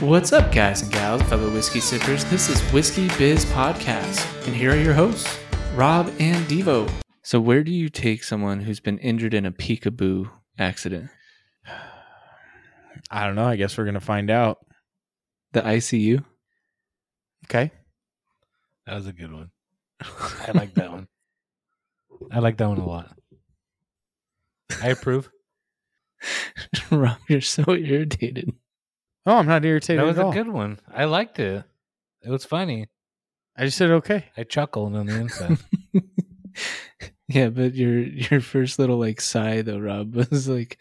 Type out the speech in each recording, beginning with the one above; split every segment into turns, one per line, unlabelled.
What's up, guys and gals, fellow whiskey sippers? This is Whiskey Biz Podcast, and here are your hosts, Rob and Devo. So, where do you take someone who's been injured in a peekaboo accident?
I don't know. I guess we're gonna find out.
The ICU?
Okay.
That was a good one. I like that one. I like that one a lot. I approve.
Rob, you're so irritated.
Oh, I'm not irritated
that was
at
a
all.
good one. I liked it. It was funny.
I just said okay.
I chuckled on the inside.
yeah, but your your first little like sigh though, Rob, was like,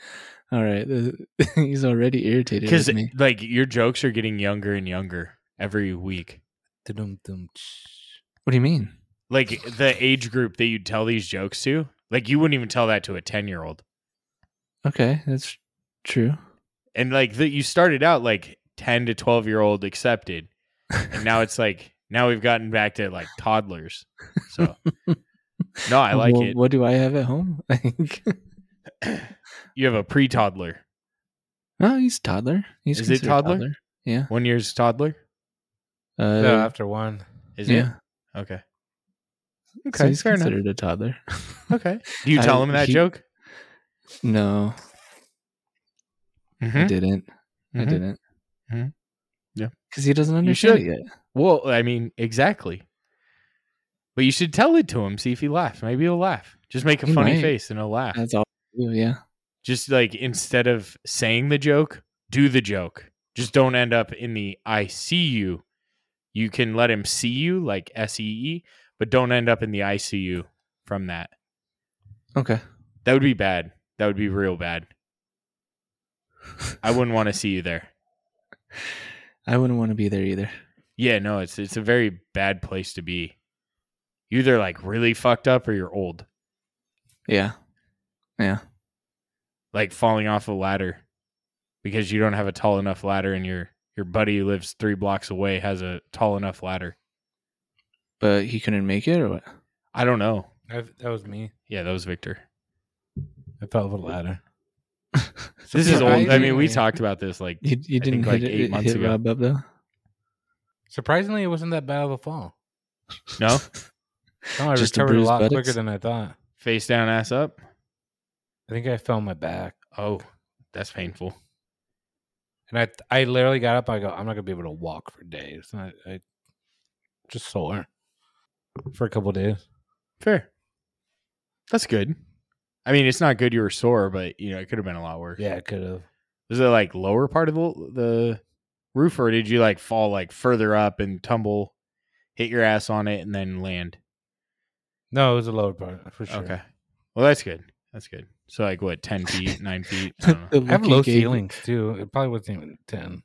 all right, uh, he's already irritated
Because
with me.
like your jokes are getting younger and younger every week.
Dum-dum-dum, tsh.
What do you mean?
Like the age group that you tell these jokes to, like you wouldn't even tell that to a ten year old.
Okay, that's true.
And like that you started out like ten to twelve year old accepted, and now it's like now we've gotten back to like toddlers. So no, I like
Well,
it.
What do I have at home? Like,
You have a pre toddler.
oh, he's toddler. He's
Is it
considered
toddler?
Yeah.
One year's toddler.
Uh,
no, after one.
Is
yeah.
it okay? Okay,
so he's
fair enough.
considered a toddler.
Okay. Do you
I-
tell him that
he-
joke?
No,
Mm-hmm.
I didn't. I
Mhm.
didn't.
Mhm. Hmm? Yeah.
Because he doesn't
You
understand it
should.
yet.
Well, I mean, exactly. But you should tell it to him. See if he laughs. Maybe he'll laugh. Just make a
He
funny
might.
face and he'll laugh.
That's all. I do, yeah.
Just like instead of saying the joke, do the joke. Just don't end up in the I see you. You can let him see you like S E E, but don't end up in the ICU from that.
Okay.
That would be bad. That would be real bad. I wouldn't want to see you there.
I wouldn't want to be there either.
Yeah, no, it's it's a very bad place to be. You either like really fucked up or you're old,
Yeah. Yeah.
like falling off a ladder because you don't have a tall enough ladder and your your buddy who lives 3 blocks away has a tall enough ladder.
But he couldn't make it or what?
I don't know.
I, that was me.
Yeah, that was Victor.
I fell off a ladder.
This is old. I mean, we
Surprisingly-
talked about this like
You, you
I
didn't
think, like,
hit, it-
eight months
hit
ago.
Rob up though?
Surprisingly, it wasn't that bad of a fall.
no,
No, I
Just a
recovered a
bruised
lot
buttocks?
quicker than I thought.
face down ass up.
I think I fell on my back.
Oh, that's painful.
And I I literally got up. I go, I'm not gonna be able to walk for days. And I, I just sore for a couple days.
Fair. That's good. I mean, it's not good you were sore, but you know, it could have been a lot worse.
Yeah, I could have.
Was it like lower part of the the roof, or did you like fall like further up and tumble, hit your ass on it, and then land?
No, it was a lower part for sure.
Okay, well that's good. That's good. So like what, ten feet, nine feet? I don't know.
The
I have
look
low
you gave-
ceilings too. It probably wasn't even ten.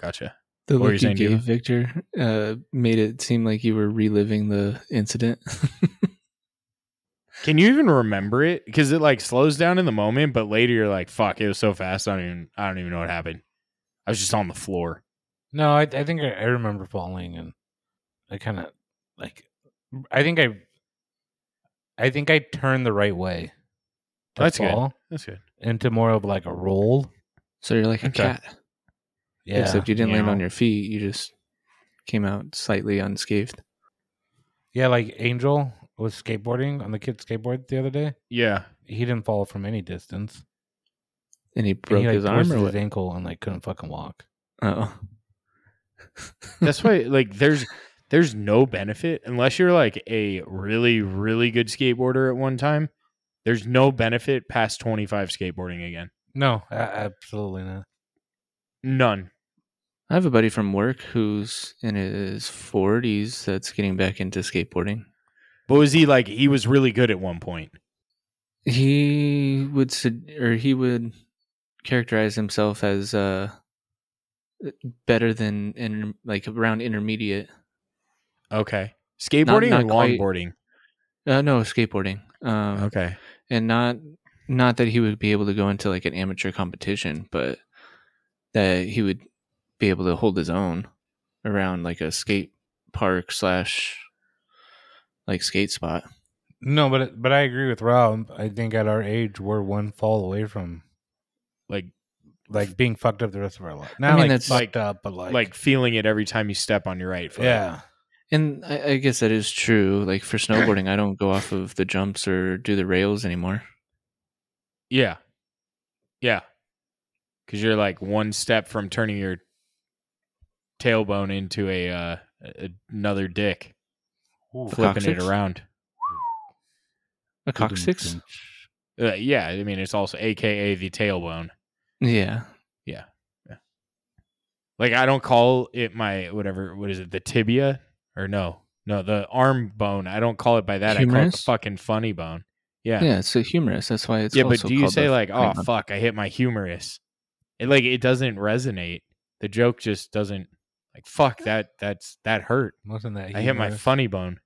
Gotcha.
The
What were you
look you
saying, Diva?
gave Victor uh, made it seem like you were reliving the incident.
Can you even remember it? Because it like slows down in the moment, but later you're like, "Fuck, it was so fast. I don't even. I don't even know what happened. I was just on the floor."
No, I, I think I, I remember falling, and I kind of like. I think I. I think I turned the right way. to
That's good.
fall
That's good.
Into more of like a roll.
so you're like a
Okay.
cat.
Yeah.
Except you didn't
you
land on
know.
your feet. You just came out slightly unscathed.
yeah, like Angel was skateboarding on the kid's skateboard the other day.
Yeah.
He didn't fall from any distance.
And he
And
broke
he like
his arm
twisted
or what?
his ankle and like couldn't fucking walk.
Oh.
That's why like there's there's no benefit unless you're like a really really good skateboarder at one time. There's no benefit past 25 skateboarding again.
No, a- absolutely not.
None.
I have a buddy from work who's in his 40s that's getting back into skateboarding.
But was he like he was really good at one point?
He would sed- or he would characterize himself as uh better than in like around intermediate.
Okay. Skateboarding
not
or
quite.
longboarding?
Uh, no, skateboarding. Um
Okay.
and not not that he would be able to go into like an amateur competition, but that he would be able to hold his own around like a skate park slash like skate spot.
No, but but I agree with Rob. I think at our age, we're one fall away from
Like
like being fucked up the rest of our life. Not
mean,
like
that's-
fucked up, but like,
Like, feeling it every time you step on your right foot.
yeah,
And I, I guess that is true. Like for snowboarding, I don't go off of the jumps or do the rails anymore.
Yeah. Yeah. Cause you're like one step from turning your tailbone into a uh a- another dick, flipping it
Coccyx?
around.
A
Mm-hmm.
coccyx?
Uh, yeah, I mean it's also AKA the tailbone.
Yeah.
Like I don't call it my whatever. What is it? The tibia or no? No, the arm bone. I don't call it by that. I call it the
Humerus?
fucking funny bone. Yeah,
yeah, It's a humorous. That's why it's
yeah. But
also
do you
called
say
the
like,
funny
"Oh
bone."
fuck, I hit my humerus"? It like it doesn't resonate. The joke just doesn't like fuck that. That's that hurt.
Wasn't that?
I hit my
humorous?
funny bone.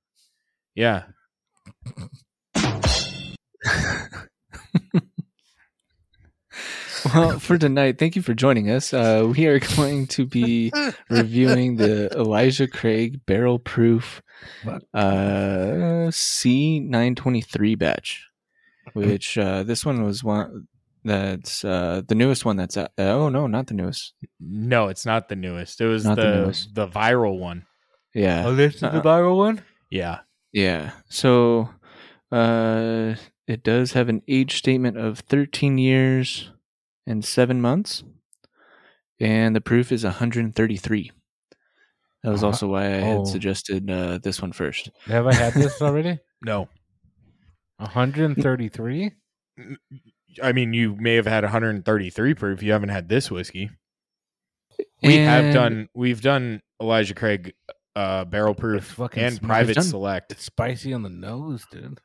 Yeah.
well for tonight? Thank you for joining us. Uh, we are going to be reviewing the Elijah Craig Barrel Proof
Fuck.
uh, C nine twenty three batch, which uh, this one was one that's uh, the newest one that's out. Oh no, not the newest.
No, it's not the newest. It was
Not the
the
newest.
the, viral one.
Yeah,
Oh, this is the
Uh-uh.
viral one.
Yeah.
Yeah. So uh it does have an age statement of 13 years and 7 months and the proof is 133. That was
Uh,
also why I
oh.
had suggested uh, this one first.
Have I had this already?
No.
133.
I mean, you may have had 133 proof. You haven't had this whiskey. We have
And
done. We've done Elijah Craig, uh, barrel proof,
fucking
and
sm-
private
I've done-
select.
It's spicy on the nose, dude.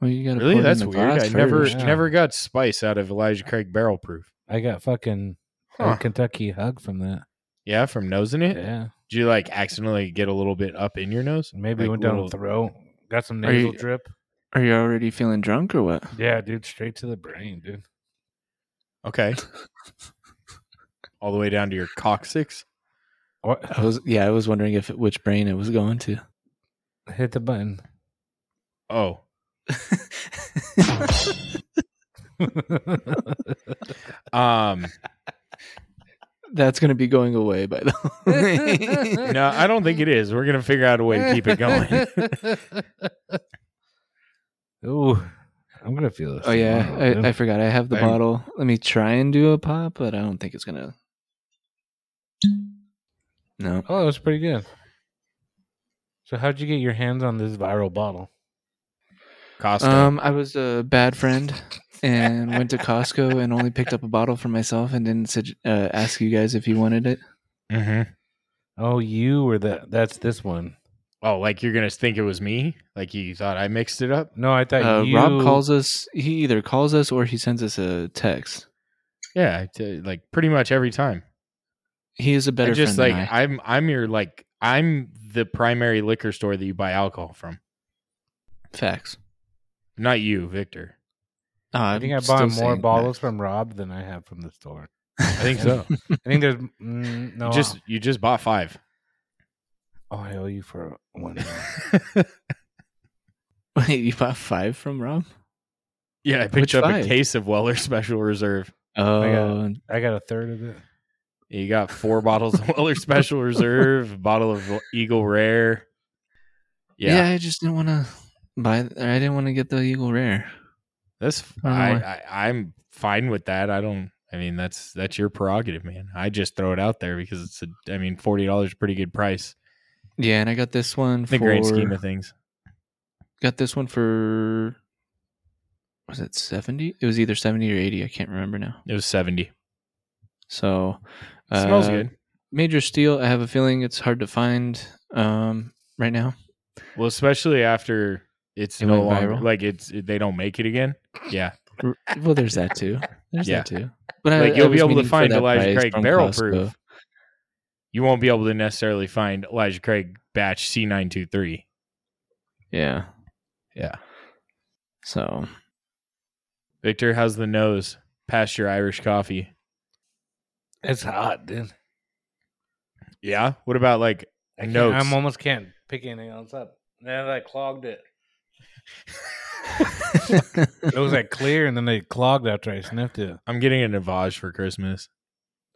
Well, you gotta
Really,
pour it in
that's
the
weird. I
glass
never,
first.
Yeah.
never got spice out of Elijah Craig barrel proof.
I got fucking a
Huh.
Kentucky hug from that.
Yeah, from nosing it.
Yeah,
Did you like accidentally get a little bit up in your nose?
maybe
Like
went down
little-
the throat. Got some
Are
nasal
you-
drip.
Are you already feeling drunk or what?
Yeah, dude, straight to the brain, dude.
Okay. All the way down to your coccyx.
What?
I was yeah, I was wondering if which brain it was going to.
Hit the button.
Oh, um,
That's gonna be going away by the way.
no, I don't think it is. We're gonna figure out a way to keep it going.
Ooh, I'm gonna feel this.
Oh yeah,
tomorrow, dude.
I, I forgot. I have the
I'm-
bottle. Let me try and do a pop, but I don't think it's gonna. No,
oh, that was pretty good. So, how'd you get your hands on this viral bottle?
Costco.
um, I was a bad friend and went to Costco and only picked up a bottle for myself and didn't sug- uh, ask you guys if you wanted it.
mm-hmm.
Oh, you were that. That's this one.
Oh, like you're gonna think it was me? Like you thought I mixed it up?
No, I thought
Uh,
you.
Rob calls us. He either calls us or he sends us a text.
Yeah, I t- like pretty much every time.
He is a better
I just
friend
like
than I.
I'm I'm your like I'm the primary liquor store that you buy alcohol from.
Facts.
Not you, Victor.
Uh,
I think I bought more bottles from Rob than I have from the store.
I think so.
I think there's mm, no.
You just you just bought five.
oh, I owe you for one.
Wait, you bought five from Rob?
yeah, I picked
Which
up
five?
a case of Weller Special Reserve.
Oh,
I got a third of it.
You got four bottles of Weller Special Reserve, a bottle of Eagle Rare. Yeah,
yeah. I just didn't want to buy. Or I didn't want to get the Eagle Rare.
that's
I don't know
I,
why.
I I'm fine with that. I don't. I mean, that's that's your prerogative, man. I just throw it out there because it's a. I mean, forty dollars is a pretty good price
Yeah, and I got this one
in
for
the grand scheme of things.
got this one for was it 70? It was either 70 or 80, I can't remember now.
It was seventy.
So
It smells
uh,
good.
Major Steel, I have a feeling it's hard to find um right now.
Well, especially after it's
It
no
went
longer
viral?
like it's they don't make it again. Yeah,
R- well, there's that too. There's
Yeah.
that too. But I-
like
I
you'll be
was
able
meaning
to
for
find
that
Elijah
price
Craig
from
barrel
Costco.
proof. You won't be able to necessarily find Elijah Craig batch C nine two three.
Yeah.
Yeah,
So
Victor, how's the nose past your Irish coffee?
It's hot, dude.
Yeah. What about like
I can't-
Notes.
I'm almost can't pick anything else up. Then I clogged it. It was like clear, and then they clogged after I sniffed it.
I'm getting a Navage for Christmas.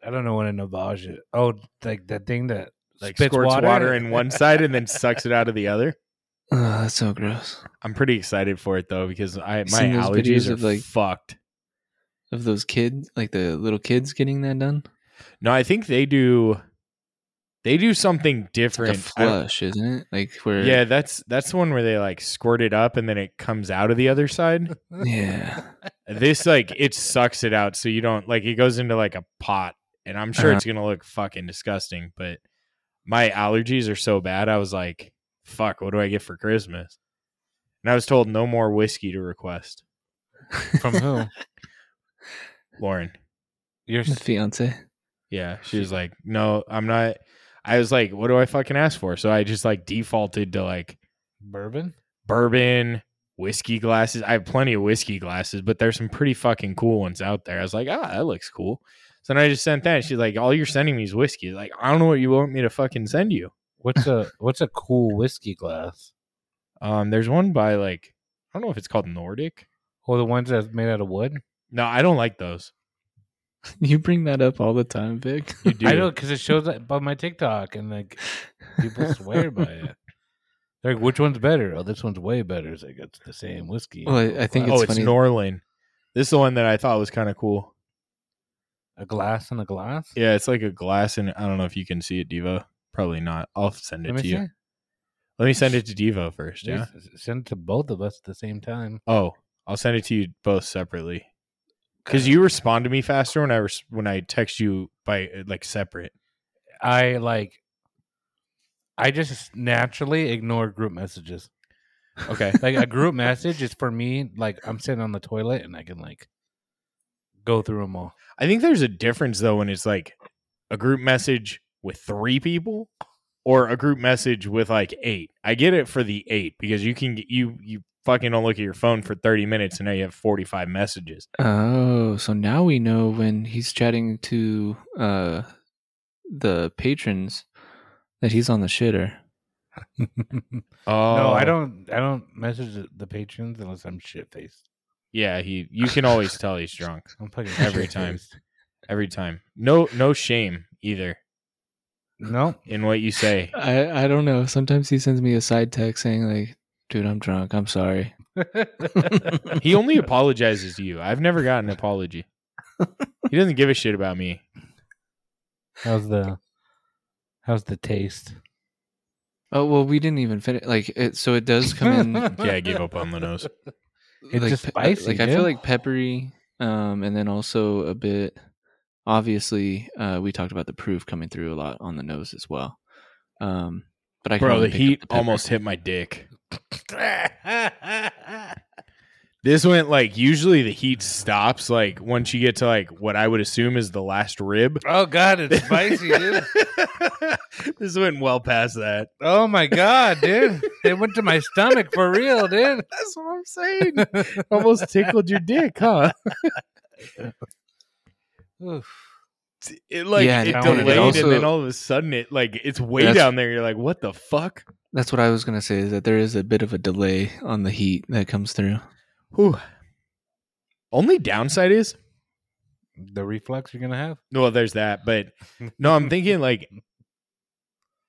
I don't know when to navage it. Oh, like that thing that
Like
spits
squirts water.
water.
in one side and then sucks it out of the other.
Oh, that's so gross.
I'm pretty excited for it though because I my
seen those
allergies
videos
are
of, like-
fucked.
Of those kids, like the little kids getting that done,
No, I think they do. They do something
it's like a
different. I don't-
flush, isn't it? Like where,
yeah, that's that's the one where they like squirt it up and then it comes out of the other side.
yeah.
this like it sucks it out so you don't like it goes into like a pot and i'm sure
Uh-huh.
it's gonna look fucking disgusting but my allergies are so bad i was like fuck what do i get for christmas and i was told no more whiskey to request
From who?
lauren
Your
The fiance.
yeah she was like no i'm not i was like what do i fucking ask for so i just like defaulted to like
bourbon?
bourbon whiskey glasses i have plenty of whiskey glasses but there's some pretty fucking cool ones out there i was like ah that looks cool so then i just sent that she's like all you're sending me is whiskey like i don't know what you want me to fucking send you
What's a what's a cool whiskey glass?
um there's one by like i don't know if it's called nordic
Or Oh, the ones that's made out of wood?
no i don't like those
You bring that up all the time, Vic.
you do
I know because it shows up on my TikTok and like people swear by it. They're like, which one's better? Oh, this one's way better. It's like it's the same whiskey.
Well, I- I think
oh
it's
it's
funny.
norlin this is the one that i thought was kind of cool
Oh, a glass and a glass.
yeah it's like a glass and i don't know if you can see it devo probably not i'll send it
Let me
to you
see.
let me send it to devo first yeah
Just Send it to both of us at the same time.
Oh, I'll send it to you both separately. Because you respond to me faster when I res- when I text you by uh, like separate.
I like. I just naturally ignore group messages.
Okay.
Like a group message is for me. Like I'm sitting on the toilet and I can like go through them all.
I think there's a difference though when it's like a group message with three people or a group message with like eight. I get it for the eight because you can get you you fucking don't look at your phone for thirty minutes and now you have forty five messages.
Oh, so now we know when he's chatting to uh the patrons that he's on the shitter.
Oh,
No, I don't. I don't message the, the patrons unless I'm shit faced.
Yeah, he. You can always tell he's drunk
I'm fucking
Every time.
shit-faced.
every time. No, no shame either
No,
in what you say.
I I don't know. Sometimes he sends me a side text saying like, "Dude, I'm drunk. I'm sorry."
He only apologizes to you. I've never gotten an apology. He doesn't give a shit about me.
how's the how's the taste?
Oh well, we didn't even finish. Like it, so it does come in.
Yeah, I gave up on the nose.
It's
like,
just
pe-
spicy,
Like I
yeah.
feel like peppery, um, and then also a bit. Obviously, uh, we talked about the proof coming through a lot on the nose as well. Um, but I can
Bro,
only
the
pick up
heat
pepper.
almost hit my dick. This went like usually the heat stops like once you get to like what I would assume is the last rib.
oh god, it's spicy, dude.
this went well past that.
Oh my god, dude! It went to my stomach for real, dude.
That's what I'm saying. Almost tickled your dick, huh?
Oof.
It like
Yeah,
it
and it
delayed
also-
and then all of a sudden it like it's way
That's-
down there. You're like, what the fuck?
That's what I was gonna say. Is that there is a bit of a delay on the heat that comes through.
Whew. Only downside is
The reflex you're gonna have.
Well, there's that, but no, I'm thinking like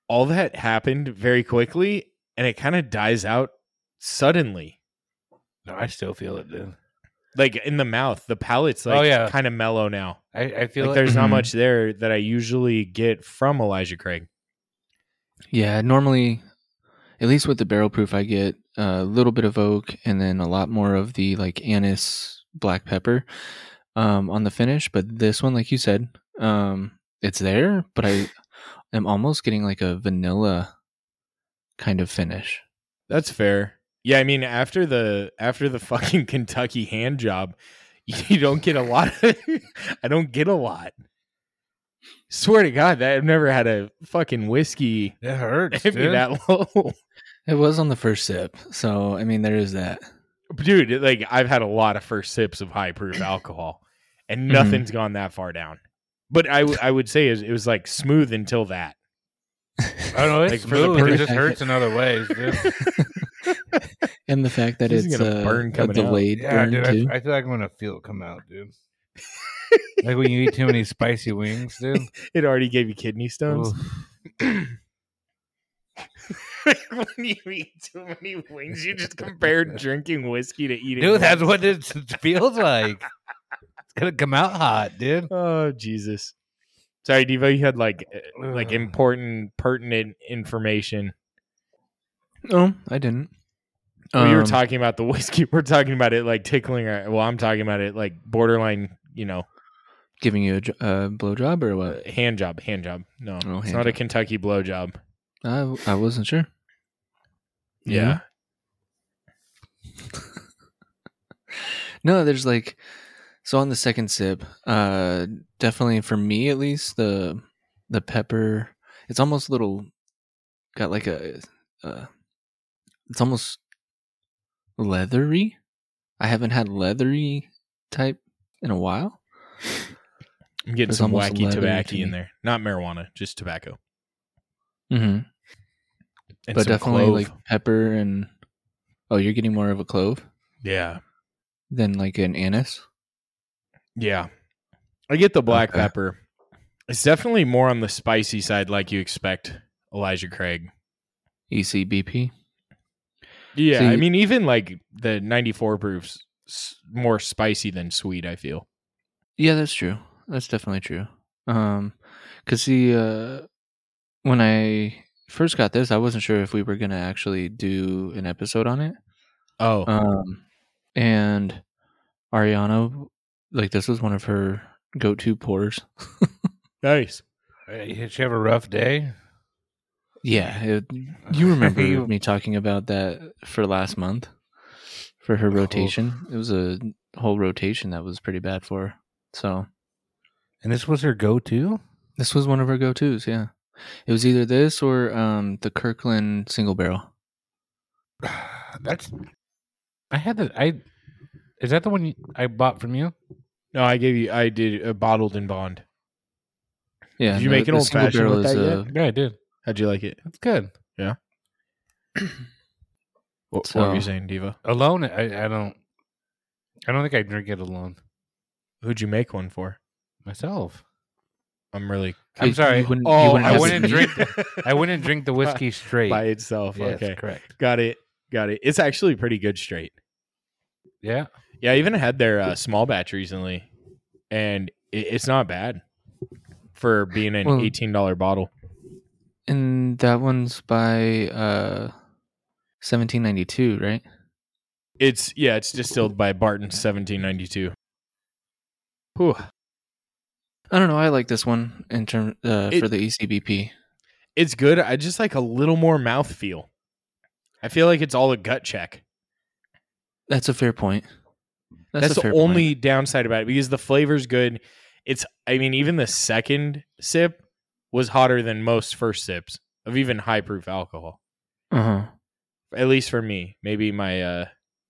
all that happened very quickly and it kind of dies out suddenly.
No, I still feel it, dude.
Like in the mouth, the palate's like
Oh, yeah.
kind of mellow now.
I, I feel Mm-hmm.
Like
like
there's not
Mhm.
much there that I usually get from Elijah Craig.
Yeah, normally, at least with the barrel proof, I get a little bit of oak and then a lot more of the like anise, black pepper um, on the finish. But this one, like you said, um, it's there, but I am almost getting like a vanilla kind of finish.
That's fair. Yeah, I mean after the after the fucking Kentucky hand job, you don't get a lot. Of, I don't get a lot. Swear to God, that I've never had a fucking whiskey
it hurts,
hit me
dude.
that low.
It was on the first sip, so I mean, there is that.
dude it- like i've had a lot of first sips of high proof alcohol and
Mm-hmm.
Mhm.
nothing's gone that far down but i, w- I would say is- it was like smooth until that
I don't know. It's
Like, for the
smooth. It
person-
just hurts in other ways, dude.
and the fact that
This is
it's
gonna
a,
burn
a
coming out.
delayed
yeah,
burn
dude.
too.
I, I feel like I'm gonna feel it come out, dude. like when you eat too many spicy wings, dude.
It already gave you kidney stones.
Oof.
when you eat too many wings, you just compare drinking whiskey to eating.
Dude, that's
wings.
what it feels like. It's gonna come out hot, dude.
Oh Jesus! Sorry, Devo. You had like uh, like
Ugh.
important, pertinent information.
No, Oh, I didn't.
we were
Um,
talking about the whiskey. We're talking about it like tickling. Our, well, I'm talking about it like borderline. You know,
giving you a j- uh, blowjob or
uh,
what?
hand job, hand job. No,
Oh,
it's
hand
not a
job.
Kentucky blow job.
I I wasn't sure.
Yeah.
No, there's like so on the second sip, uh definitely for me at least the the pepper it's almost a little got like a uh it's almost leathery. I haven't had leathery type in a while.
I'm getting
There's
some
almost
wacky
leather to
tobacco in
me.
there. Not marijuana, just tobacco.
Mhm.
And
But
Mm-hmm. some
definitely
clove.
like pepper and oh, you're getting more of a clove
yeah,
than like an anise.
yeah. I get the black
Okay.
pepper. It's definitely more on the spicy side, like you expect, Elijah Craig.
ECBP.
Yeah,
So
I
you-
mean, even like the 94 proofs s- more spicy than sweet. I feel.
Yeah, that's true. That's definitely true. Um, cause see, uh, when I first got this, I wasn't sure if we were gonna actually do an episode on it.
Oh,
Um, and Ariana, like this was one of her go-to pours.
nice.
Hey, Did you have a rough day?
Yeah, it, you remember
You-
me talking about that for last month for her rotation. It was a whole rotation that was pretty bad for her. So
And this was her go-to.
this was one of her go-tos. Yeah, it was either this or um the Kirkland single barrel.
That's. I had that. I is that the one you, I bought from you?
No, I gave you. I did a bottled and bond.
Yeah,
Did you make an
the
old
single
fashioned
barrel
with that
is,
yet?
uh,
Yeah, I did.
How'd you like it?
That's good.
What,
So-
were you saying, Diva?
Alone, I, I don't. I don't think I drink it alone
Who'd you make one for?
myself.
I'm really.
I'm
you-
sorry.
you wouldn't- you
Oh,
wouldn't
I
have
wouldn't
it.
drink.
I wouldn't drink the whiskey straight.
by itself.
Yes,
okay,
correct.
got it. Got it. It's actually pretty good straight.
Yeah,
Yeah, I even had their uh, small batch recently, and it, it's not bad for being an
Well-
eighteen dollar bottle.
And that one's by uh, 1792, right?
It's yeah, it's distilled by Barton seventeen ninety two.
I don't know. I like this one in term uh,
It-
for the ECBP.
It's good. I just like a little more mouthfeel. I feel like it's all a gut check.
That's a fair point. That's,
That's,
a
the
fair
only
point.
downside about it because the flavor's good. It's I mean, even the second sip was hotter than most first sips of even high proof alcohol.
Uh-huh.
at least for me. Maybe my uh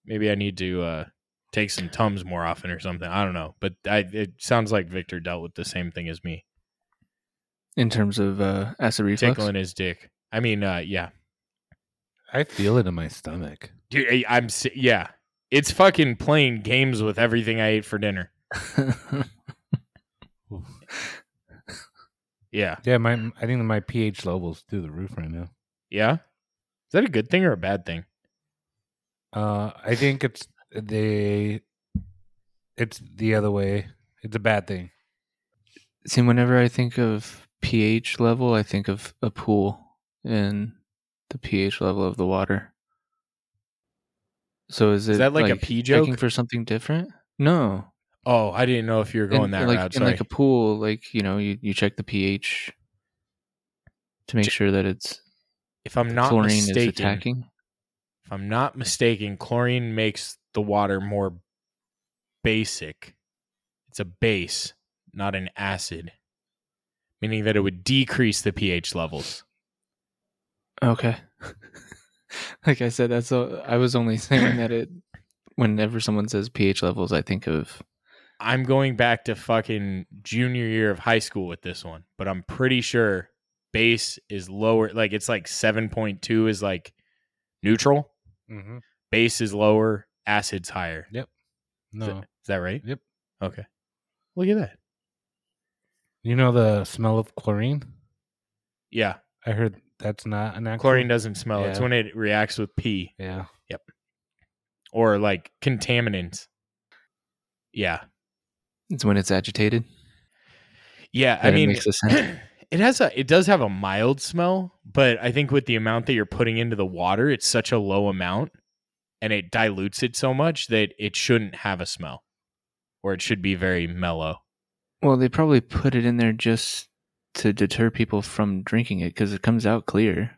maybe I need to uh take some tums more often or something. I don't know, but I it sounds like Victor dealt with the same thing as me.
In terms of uh, acid reflux.
Tickling his dick. I mean, uh yeah.
I feel it in my stomach.
Dude, I, I'm si- yeah. It's fucking playing games with everything I ate for dinner. Yeah.
Yeah, my I think my pH levels through the roof right now.
Yeah. Is that a good thing or a bad thing?
Uh, I think it's the it's the other way. It's a bad thing.
See, whenever I think of pH level, I think of a pool and the pH level of the water. So is it
Is that like a pee joke?
Checking for something different? No,
Oh, I didn't know if you were going
in,
that
like,
route.
In
Sorry.
like a pool, like you know, you, you check the pH to make
Ch-
sure that it's
if I'm not
chlorine is
mistaken,
attacking.
if I'm not mistaken, chlorine makes the water more basic. It's a base, not an acid, meaning that it would decrease the pH levels.
Okay. like I said, that's all, I was only saying that it. Whenever someone says pH levels, I think of
I'm going back to fucking junior year of high school with this one, but I'm pretty sure base is lower. Like it's like 7.2 is like neutral,
Mm-hmm.
base is lower, acid's higher.
No,
Is that right?
Yep.
Okay. Look at that.
You know the smell of chlorine?
Yeah,
I heard that's not an actual.
chlorine doesn't smell. It's
Yeah.
when it reacts with pee
Yeah.
or like contaminants. Yeah,
It's when it's agitated.
yeah. I
That it
mean,
makes a scent.
it has a it does have a mild smell, but I think with the amount that you're putting into the water, it's such a low amount, and it dilutes it so much that it shouldn't have a smell, or it should be very mellow.
Well, they probably put it in there just to deter people from drinking it because it comes out clear.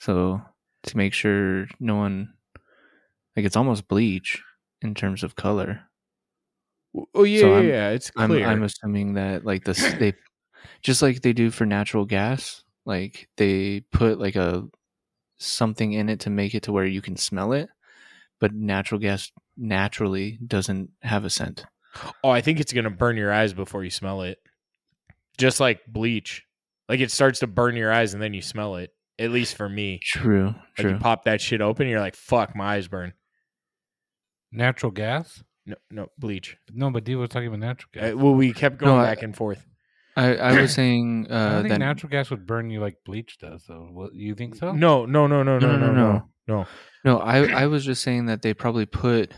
So to make sure no one, like it's almost bleach in terms of color.
Oh yeah,
So
yeah,
I'm-
yeah, it's
I'm
clear.
I'm assuming that like this they, just like they do for natural gas, like they put like a something in it to make it to where you can smell it, but natural gas naturally doesn't have a scent.
oh, I think it's gonna burn your eyes before you smell it, just like bleach. Like it starts to burn your eyes and then you smell it. At least for me,
True,
like
true.
you pop that shit open, you're like, "Fuck, my eyes burn."
Natural gas?
No, no, bleach.
No, but D was talking about natural gas.
Uh, well, we kept going
No, I-
back and forth.
I I was saying
I don't
uh,
think
that
natural gas would burn you like bleach does, though. What, you think so?
No, no, no, no, no, no, no, no.
No, I I was just saying that they probably put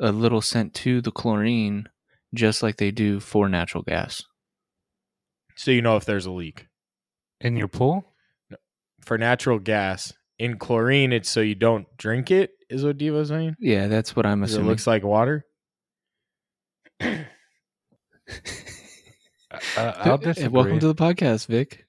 a little scent to the chlorine, just like they do for natural gas.
So you know if there's a leak.
In your pool?
for natural gas. In chlorine, it's so you don't drink it, is what Devo's saying.
Yeah, that's what I'm
'Cause It
assuming.
looks like water.
Uh, I'll
eh,
disagree.
Welcome to the podcast, Vic.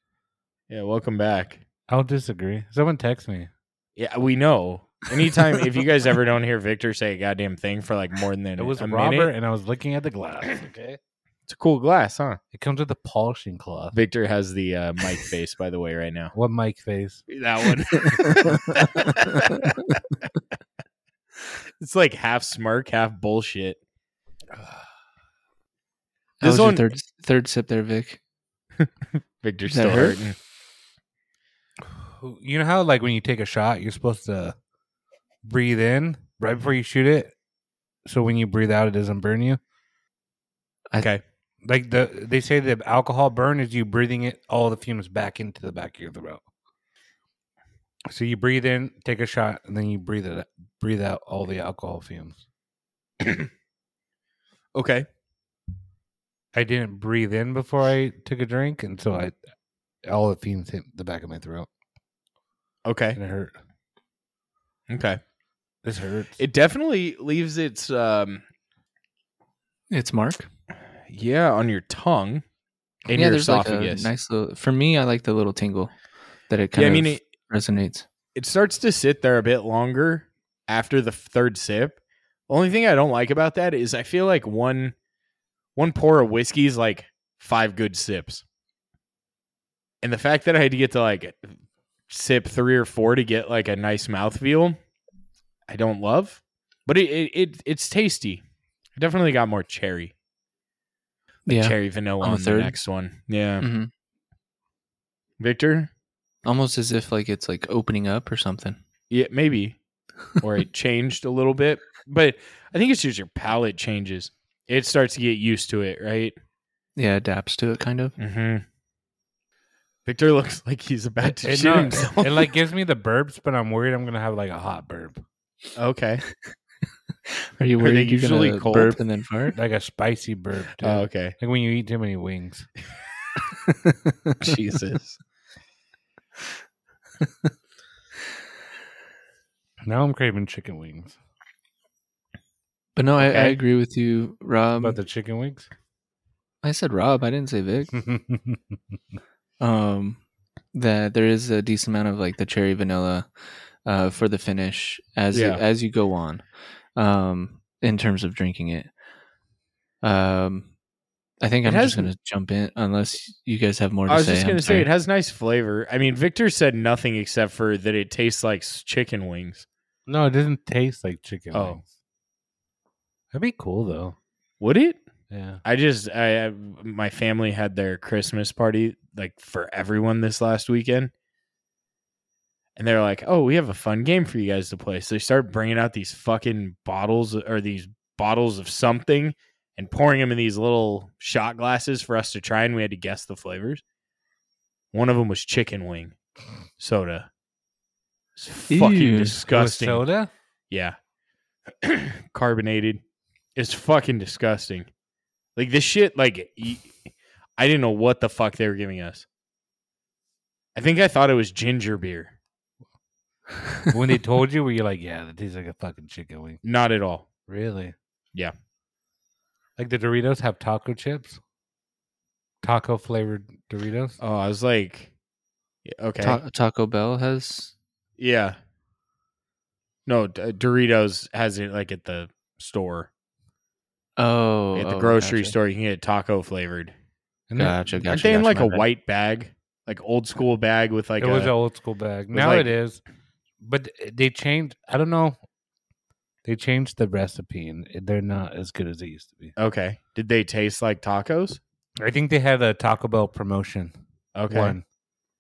Yeah, welcome back.
I'll disagree. Someone text me.
Yeah, we know. Anytime, if you guys ever don't hear Victor say a goddamn thing for like more than
It was
a
Robert,
minute,
and I was looking at the glass. Okay.
it's a cool glass, huh?
It comes with a polishing cloth.
Victor has the uh, mic face, by the way, right now.
What Mike face?
That one. it's like half smirk, half bullshit.
That
This
was your
one-
third third sip there, Vic.
Victor's
That
still
hurt?
hurting.
You know how like when you take a shot, you're supposed to breathe in right before you shoot it, so when you breathe out, it doesn't burn you.
I-
Okay.
Like the they say the alcohol burn is you breathing it all the fumes back into the back of your throat. So you breathe in, take a shot, and then you breathe it breathe out all the alcohol fumes.
Okay.
I didn't breathe in before I took a drink, and so I all the fumes hit the back of my throat,
Okay.
and it hurt.
Okay.
This hurts.
It definitely leaves its um
It's Mark.
yeah on your tongue and
yeah,
your
there's like a
esophagus.
nice little. For me, I like the little tingle that it kind
yeah, I
of
mean it,
resonates.
it starts to sit there a bit longer after the third sip. Only thing I don't like about that is I feel like one one pour of whiskey is like five good sips. And the fact that I had to get to like sip three or four to get like a nice mouthfeel, I don't love. But it it, it it's tasty. I definitely got more cherry.
Yeah.
cherry vanilla
I'm a
on the
third.
next one. Yeah.
hmm
Victor?
Almost as if like it's like opening up or something.
Yeah, maybe. or it changed a little bit. But I think it's just your palate changes. It starts to get used to it, right?
Yeah, adapts to it kind of.
Mm-hmm. Victor looks like he's about to
It
shoot
not-
himself.
it like gives me the burps, but I'm worried I'm gonna have like a hot burp,
okay.
Are you
Are
worried
they
you're
usually
gonna
cold?
burp and then fart?
like a spicy burp. Dude.
Oh, okay.
like when you eat too many wings.
Jesus.
Now I'm craving chicken wings.
But no, I, I
Okay.
agree with you, Rob.
Um,
About the chicken wings.
I said Rob. I didn't say Vic.
Hmm.
um, that there is a decent amount of like the cherry vanilla uh, for the finish as you,
Yeah.
as you go on, um, in terms of drinking it. Um, I think
It
I'm
has-
just gonna jump in unless you guys have more to
I was
say.
just
I'm
going to say
sorry.
it has nice flavor. I mean, Victor said nothing except for that it tastes like s- chicken wings.
no, it doesn't taste like chicken
Oh.
wings. That'd be cool though.
Would it?
Yeah.
I just I I- my family had their Christmas party like for everyone this last weekend. And they're like, "Oh, we have a fun game for you guys to play." So they start bringing out these fucking bottles or these bottles of something and pouring them in these little shot glasses for us to try, and we had to guess the flavors. One of them was chicken wing soda. It's fucking
Ew. With
disgusting.
With soda?
Yeah. Carbonated. It's fucking disgusting. Like this shit, like y- I didn't know what the fuck they were giving us. I think I thought it was ginger beer.
when they told you, were you like, yeah, that tastes like a fucking chicken wing?
Not at all.
Really?
Yeah.
Like the Doritos have taco chips? Taco flavored Doritos?
Oh, I was like, yeah, okay.
Ta- Taco Bell has
yeah. No, D- uh, Doritos has it like at the store,
oh
at the
oh,
grocery
gotcha.
store. You can get it taco flavored.
And that-
Gotcha, gotcha.
Aren't they in
gotcha,
like
my
a
bad.
white bag, like old school bag with like
it was
a-
an old school bag.
was
Now
like-
uh, it is, but th- they changed. I don't know. They changed the recipe, and they're not as good as they used to be.
Okay. Did they taste like tacos?
I think they had a Taco Bell promotion
Okay.
one,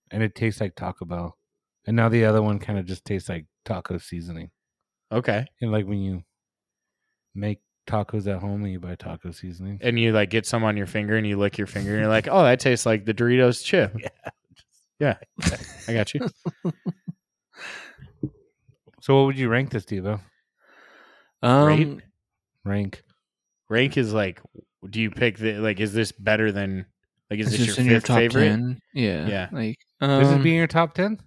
and it tastes like Taco Bell, and now the other one kind of just tastes like taco seasoning.
Okay.
And like when you make tacos at home, and you buy taco seasoning.
And you like get some on your finger and you lick your finger and you're like, oh, that tastes like the Doritos chip. Yeah. Yeah. I got you.
So, what would you rank this, Devo?
Um,
Right?
Rank?
Rank is like, do you pick the, like, is this better than, like, is
it's
this
just
your
in your
fifth
top
favorite?
ten. Yeah,
Yeah.
Like
Does
um,
it be in your top ten?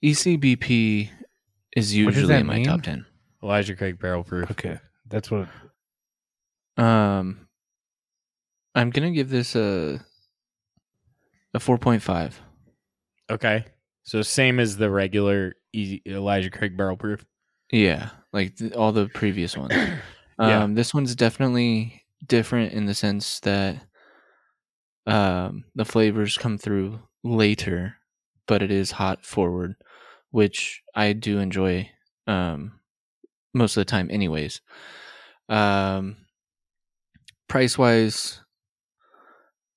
E ECBP is
What does
usually
that
in my
mean?
top ten.
Elijah Craig Barrel Proof.
Okay, that's what.
Um, I'm gonna give this a a four point five.
Okay. So same as the regular easy Elijah Craig Barrel Proof.
Yeah, like th- all the previous ones. Um,
Yeah.
this one's definitely different in the sense that um, the flavors come through later, but it is hot forward, which I do enjoy um, most of the time, anyways. Um, price wise,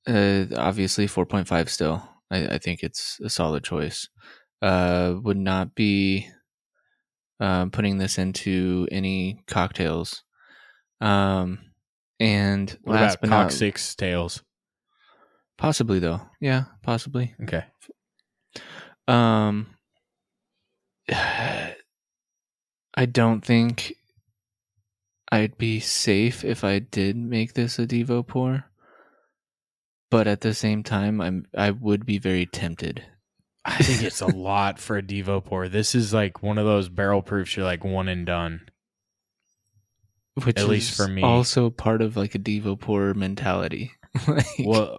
uh, obviously 4.5 still. I, I think it's a solid choice. Uh, would not be um, putting this into any cocktails. Um, and
What
last
about
but
Cock
not
Six Tails?
possibly though, yeah, possibly.
Okay.
Um, I don't think I'd be safe if I did make this a Devo pour, but at the same time, I'm I would be very tempted.
I think it's a lot for a Devo pour. This is like one of those barrel proofs you're like one and done.
Which
At least
is
for me.
also part of like a Devo pour mentality. like,
Well,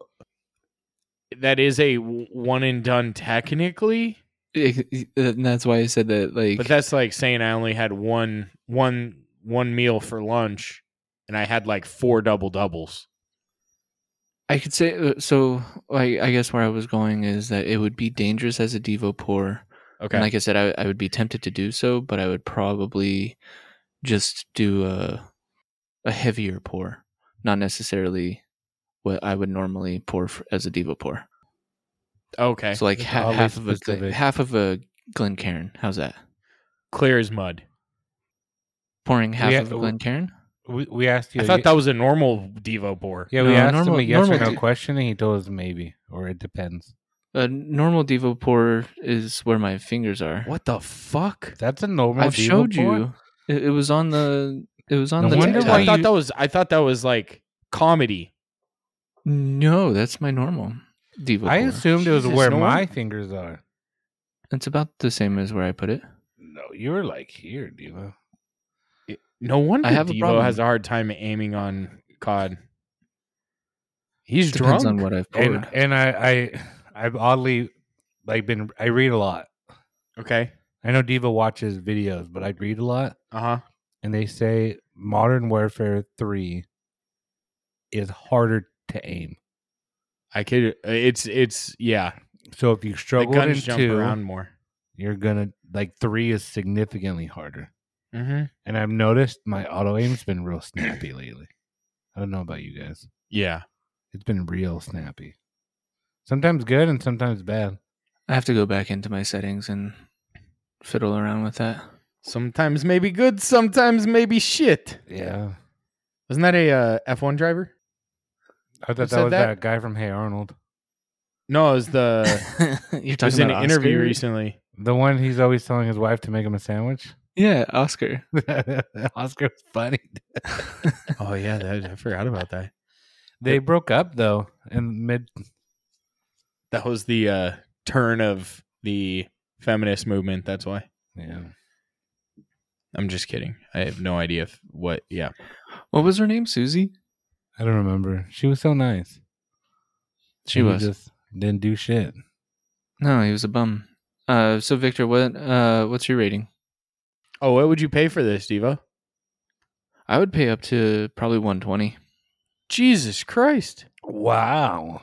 that is a w- one and done technically,
it- and that's why I said that. Like,
but that's like saying I only had one one one meal for lunch, and I had like four double doubles.
I could say uh, so. Like, I guess where I was going is that it would be dangerous as a Devo pour
Okay,
And like I said, I, I would be tempted to do so, but I would probably just do a a heavier pour, not necessarily what I would normally pour for, as a diva pour.
okay,
So like
That's
ha-
oddly
half of a
specific.
half of a Glencairn. How's that?
clear as mud.
Pouring half
Yeah, oh.
of a
w-
Glencairn.
We, we asked you.
I thought that was a normal Devo pour.
Yeah, we
No,
asked
normal-
him a yes or
normal
no
d-
question, and he told us maybe, or it depends.
A normal diva pour is where my fingers are.
What the fuck?
That's a normal.
I've
Devo
showed
boy.
you. It, it was on the. It was on
No
the.
wonder
TikTok.
why
I
you-
thought that was I thought that was like comedy.
No, that's my normal diva.
I
pour.
assumed it was
Jesus,
where
no
my
one-
fingers are.
it's about the same as where I put it.
No, you were like here, Devo.
No wonder
have a
Devo
problem.
has a hard time aiming on COD. He's
Depends
drunk.
on what I've poured.
And and I I I've oddly like been I read a lot.
okay.
I know Diva watches videos, but I read a lot,
Uh huh.
and they say Modern Warfare Three is harder to aim.
I could. It's it's yeah.
So if you
The
struggle in
guns jump
two,
around more.
you're gonna like three is significantly harder.
Mm-hmm.
And I've noticed my auto aim's been real snappy lately. I don't know about you guys.
Yeah.
It's been real snappy. Sometimes good and sometimes bad.
I have to go back into my settings and fiddle around with that.
Sometimes maybe good. Sometimes maybe shit.
Yeah.
Wasn't that a uh, F1 driver?
I
Who
thought
said
that was
that?
that? guy from Hey Arnold,
No, it was the.
You're
it Uh, was
talking
in
about
an interview
Oscar?
recently.
the one he's always telling his wife to make him a sandwich.
Yeah, Oscar.
Oscar was funny.
Oh yeah, that, I forgot about that.
They broke up though in mid.
That was the uh, turn of the feminist movement. That's why.
Yeah,
I'm just kidding. I have no idea if what. Yeah,
What was her name? Susie.
I don't remember. She was so nice.
She
And he
was.
just didn't do shit.
No, he was a bum. Uh, so Victor, what uh, what's your rating?
Oh, what would you pay for this, Diva?
I would pay up to probably 120.
Jesus Christ.
Wow.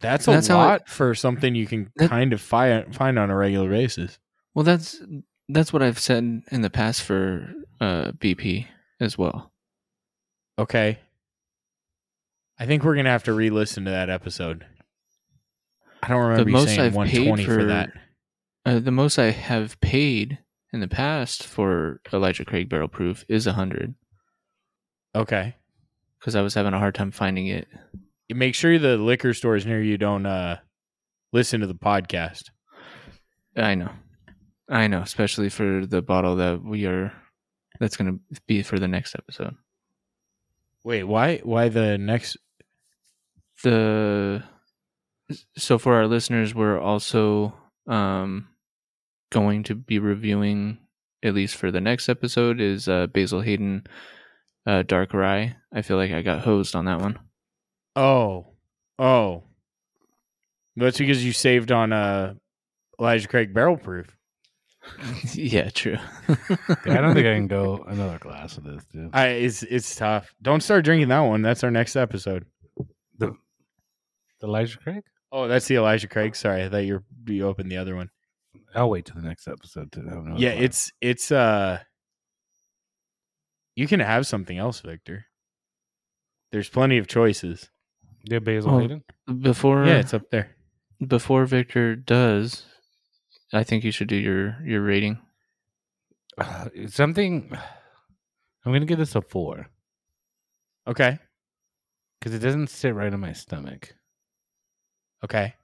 That's a
That's how it-
lot for something you can
That-
kind of fi- find on a regular basis.
Well, that's that's what I've said in the past for uh, BP as well.
Okay. I think we're going to have to re listen to that episode. I don't remember you
most
saying
I've paid
120 for,
for-
that.
Uh, the most I have paid in the past for Elijah Craig Barrel Proof is 100
Okay.
because I was having a hard time finding it.
Make sure the liquor stores near you don't uh, listen to the podcast.
I know, I know, especially for the bottle that we are that's going to be for the next episode.
Wait, why? Why the next?
the so for our listeners we're also um going to be reviewing at least for the next episode is uh basil hayden uh dark rye i feel like i got hosed on that one
Oh, oh. That's because you saved on uh, Elijah Craig Barrel Proof.
yeah true
I don't think I can go another glass of this, dude.
I it's it's tough. Don't start drinking that one. That's our next episode.
The Elijah Craig?
Oh, that's the Elijah Craig. Sorry, I thought you you opened the other one.
I'll wait till the next episode to have another
yeah,
glass.
it's it's uh. You can have something else, Victor. There's plenty of choices.
yeah Basil
Oh.
Hayden.
before
Yeah, it's up there.
before victor does i think you should do your your rating
Uh, something. I'm gonna give this a four
Okay,
because it doesn't sit right in my stomach.
okay.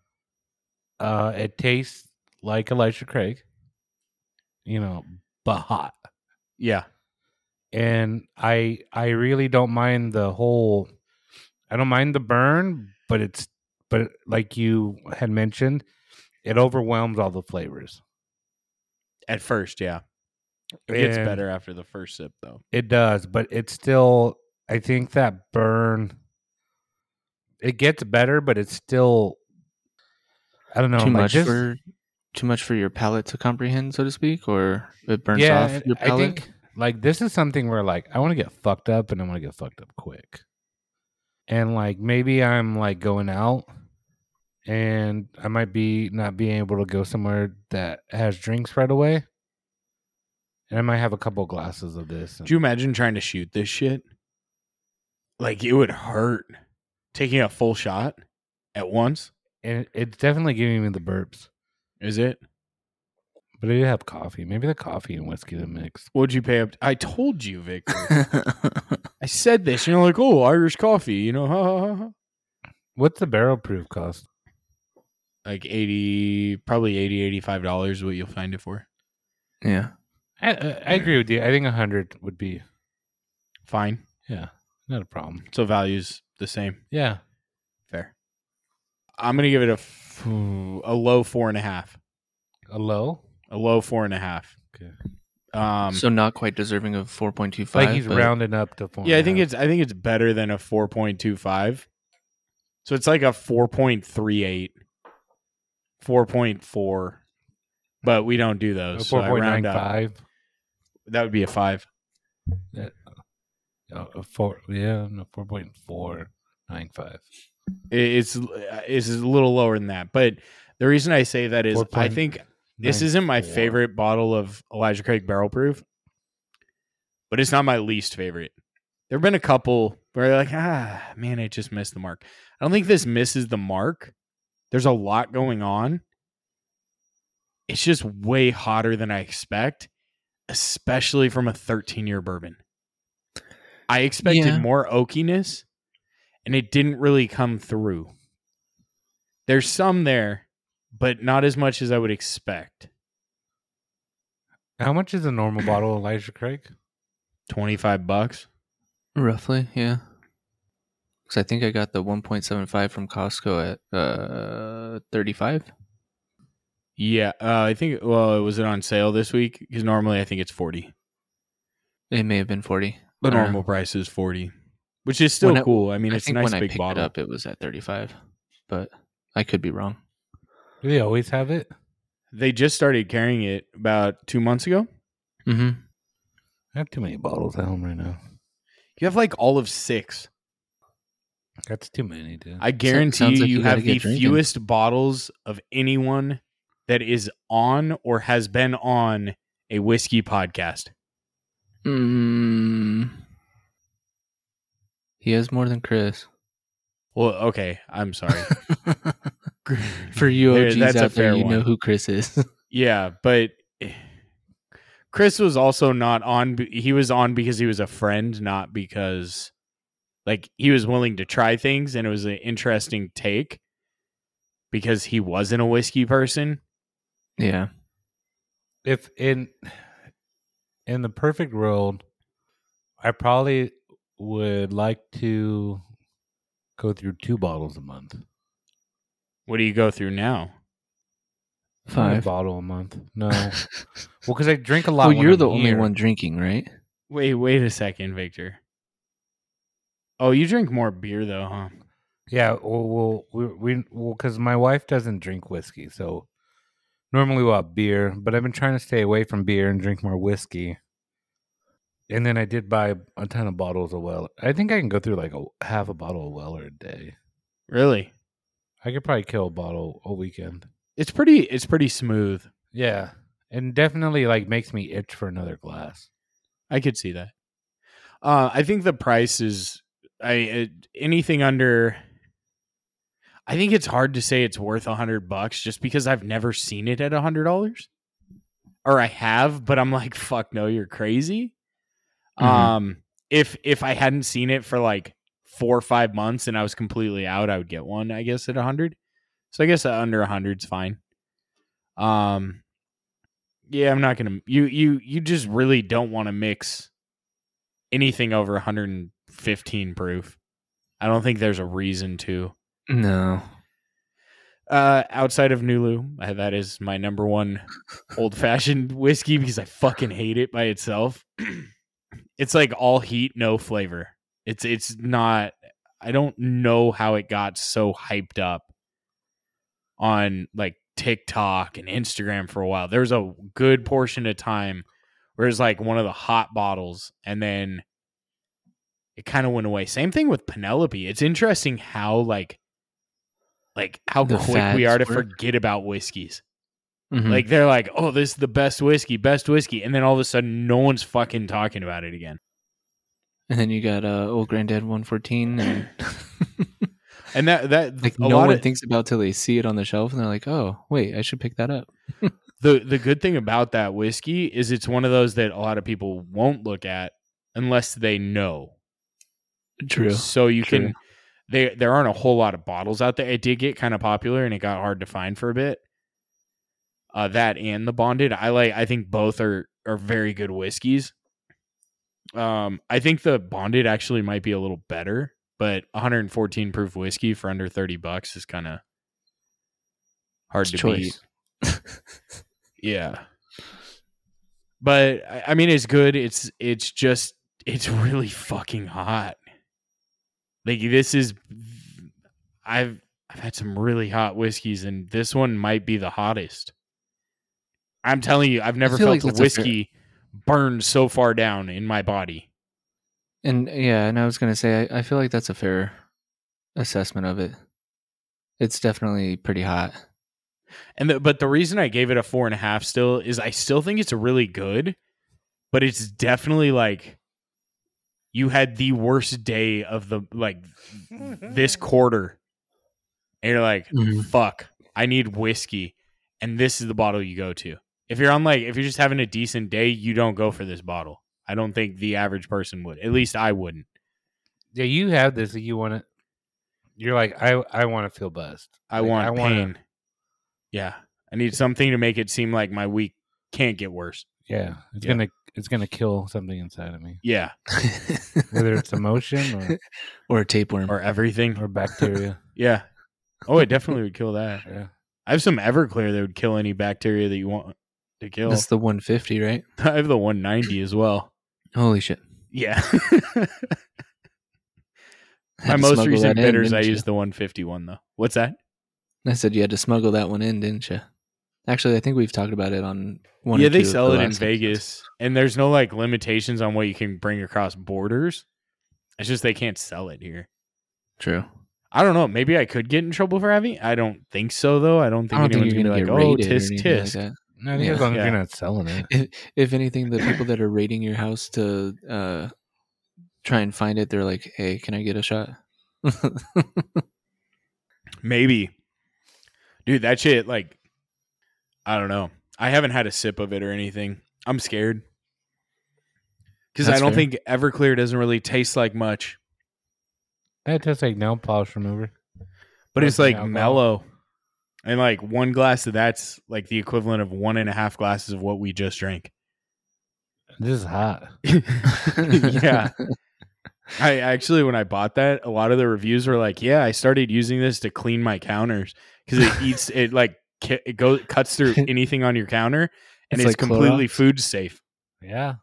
Uh, it tastes like Elijah Craig, you know, but hot.
Yeah,
And I I really don't mind the whole. I don't mind the burn, but it's but like you had mentioned, it overwhelms all the flavors.
at first, yeah. It gets
And-
better after the first sip, though.
It does, but it's still. I think that burn. It gets better, but it's still. I don't know.
too
like
much
just-
for too much for your palate to comprehend so to speak or it burns
yeah,
off
and
your
I
palate
think like this is something where like I want to get fucked up and I want to get fucked up quick, and like maybe I'm like going out, and I might be not being able to go somewhere that has drinks right away, and I might have a couple glasses of this. and-
Do you imagine trying to shoot this shit? Like it would hurt taking a full shot at once.
and it, it's definitely giving me the burps.
Is it?
But I did have coffee. Maybe the coffee and whiskey to mix.
What'd you pay up? I told you, Victor. I said this, and you're like, "Oh, Irish coffee," you know, ha, ha, ha, ha.
What's the barrel proof cost?
like eighty, probably 80 85 dollars. is What you'll find it for?
yeah
I, I, I agree with you. I think a hundred would be
Fine.
yeah, not a problem.
So values the same.
Yeah,
Fair. I'm gonna give it a f- a low four and a half.
a low.
A low four and a half.
Okay.
Um,
so not quite deserving of 4.25
Like he's
but
rounding up to four.
Yeah,
and
I
a
think
half.
it's I think it's better than a four point two five. So it's like a 4.38, 4.4, but we don't do
A
those. So I round up.
4.95.
That would be a five.
Uh, a four, yeah, no, 4.495.
I- It's uh, it's a little lower than that. But the reason I say that is I
4.94.
think this isn't my favorite bottle of Elijah Craig Barrel Proof, but it's not my least favorite. There have been a couple where you're like, ah, man, I just missed the mark. I don't think this misses the mark. There's a lot going on. It's just way hotter than I expect, especially from a 13 year bourbon. I expected
Yeah.
more oakiness, and it didn't really come through. There's some there, but not as much as I would expect.
How much is a normal bottle of Elijah Craig?
Twenty five bucks.
Roughly, yeah. Because I think I got the 1.75 from Costco at uh 35.
Yeah, uh, I think. Well, was it on sale this week? Because normally I think it's forty.
It may have been 40.
The
I don't know.
normal price is forty, which is still
Uh-huh. When I-
cool. I mean,
I
it's a
think
nice
when I
big
picked
bottle.
it up, it was at 35, but I could be wrong.
Do they always have it?
They just started carrying it about two months ago.
Mm-hmm.
I have too many bottles at home right now.
You have like all of six.
That's too many, dude.
I guarantee
sounds
you,
like
you
you gotta
have the
get drinking.
fewest bottles of anyone that is on or has been on a whiskey podcast.
Mm. He has more than Chris.
Well, okay, I'm sorry.
For you
There-
OGs
that's a
out there,
fair
you know
one.
who Chris is.
yeah, but Chris was also not on. b- He was on because he was a friend, not because like he was willing to try things, and it was an interesting take because he wasn't a whiskey person.
yeah.
if in in the perfect world, I probably would like to go through two bottles a month.
What do you go through now?
Not A
Five.
bottle a month. No. well, because I drink a lot.
Well,
when
you're
I'm
the only
here.
one drinking, right?
Wait, wait a second, Victor. Oh, you drink more beer though, huh?
Yeah. Well, well we we well because my wife doesn't drink whiskey, so normally we'll have beer. But I've been trying to stay away from beer and drink more whiskey. And then I did buy a ton of bottles of Weller. I think I can go through like a half a bottle of Weller a day.
Really?
I could probably kill a bottle a weekend.
It's pretty it's pretty smooth.
Yeah, and definitely like makes me itch for another glass.
I could see that. Uh I think the price is I it, anything under I think it's hard to say it's worth a hundred bucks just because I've never seen it at a hundred dollars. Or I have, but I'm like, fuck no, you're crazy.
Mhm.
Um if if I hadn't seen it for like four or five months and I was completely out, I would get one, I guess, at a hundred. So I guess uh, under a hundred's fine. Um yeah, I'm not gonna you you you just really don't want to mix anything over 115 proof. I don't think there's a reason to.
No.
Uh, outside of Nulu, uh, that is my number one old fashioned whiskey because I fucking hate it by itself. it's like all heat, no flavor. It's it's not. I don't know how it got so hyped up on like TikTok and Instagram for a while. There was a good portion of time where it's like one of the hot bottles, and then it kind of went away. Same thing with Penelope. It's interesting how like like how
The
quick
fads
we are to
work.
forget about whiskeys.
Mhm.
Like they're like, oh, this is the best whiskey, best whiskey, and then all of a sudden, no one's fucking talking about it again.
and then you got uh, old granddad 114 and
And that that
like
a
no
lot
one
of
thinks about till they see it on the shelf and they're like, "Oh, wait, I should pick that up."
the the good thing about that whiskey is it's one of those that a lot of people won't look at unless they know.
True.
So you
True.
can they there aren't a whole lot of bottles out there. It did get kind of popular and it got hard to find for a bit. Uh that and the bonded. I like I think both are are very good whiskeys. Um I think the bonded actually might be a little better, but 114 proof whiskey for under 30 bucks is kind of hard
It's
to
choice.
beat. Yeah. But I I mean it's good. It's it's just it's really fucking hot. Like this is I've I've had some really hot whiskeys and this one might be the hottest. I'm telling you, I've never
feel like
felt
that's
a
a
whiskey burn so far down in my body.
And yeah, and I was gonna say, I, I feel like that's a fair assessment of it. It's definitely pretty hot.
And the, but the reason I gave it a four and a half still is I still think it's really good, but it's definitely like you had the worst day of the like
Mm.
this quarter, and you're like,
Mhm.
fuck, I need whiskey, and this is the bottle you go to. If you're on like if you're just having a decent day, you don't go for this bottle. I don't think the average person would. At least I wouldn't.
Yeah, you have this. You want to. You're like I. I want to feel buzzed.
I
Like,
want
I
pain.
wanna-
Yeah, I need something to make it seem like my week can't get worse.
Yeah, it's
Yeah.
gonna. It's gonna kill something inside of me,
Yeah,
whether it's emotion or,
or a tapeworm.
or everything.
or bacteria.
yeah. Oh, it definitely would kill that.
Yeah.
I have some Everclear that would kill any bacteria that you want to kill.
That's the 150, right?
I have the 190 as well.
Holy shit!
Yeah.
Had
my
to
most
smuggle
recent
that in,
bitters, I
didn't you?
used the 150 one though. What's that?
I said you had to smuggle that one in, didn't you? Actually, I think we've talked about it on one.
yeah,
or
they
two of
sell
the
it in
last
Vegas,
episodes.
and there's no like limitations on what you can bring across borders. It's just they can't sell it here.
True.
I don't know. Maybe I could get in trouble for having. I don't think so, though. I don't think
I don't think
anyone's
you're gonna,
gonna
get
be like,
raided
"Oh,
or
tisk
anything like
tisk."
that.
No, I think
Yeah.
as long as
Yeah.
you're not selling it.
If, if anything, the people that are raiding your house to uh, try and find it, they're like, "Hey, can I get a shot?"
Maybe, dude. That shit, like, I don't know. I haven't had a sip of it or anything. I'm scared because I
That's
don't
fair.
think Everclear doesn't really taste like much,
That tastes like nail polish remover.
but it's
Wasn't
like
alcohol.
mellow. And like one glass of that's like the equivalent of one and a half glasses of what we just drank.
This is hot.
yeah. I actually, when I bought that, a lot of the reviews were like, "Yeah, I started using this to clean my counters because it eats it like ki- it goes cuts through anything on your counter,
It's
and it's,
like
completely
Clorox.
food safe."
Yeah.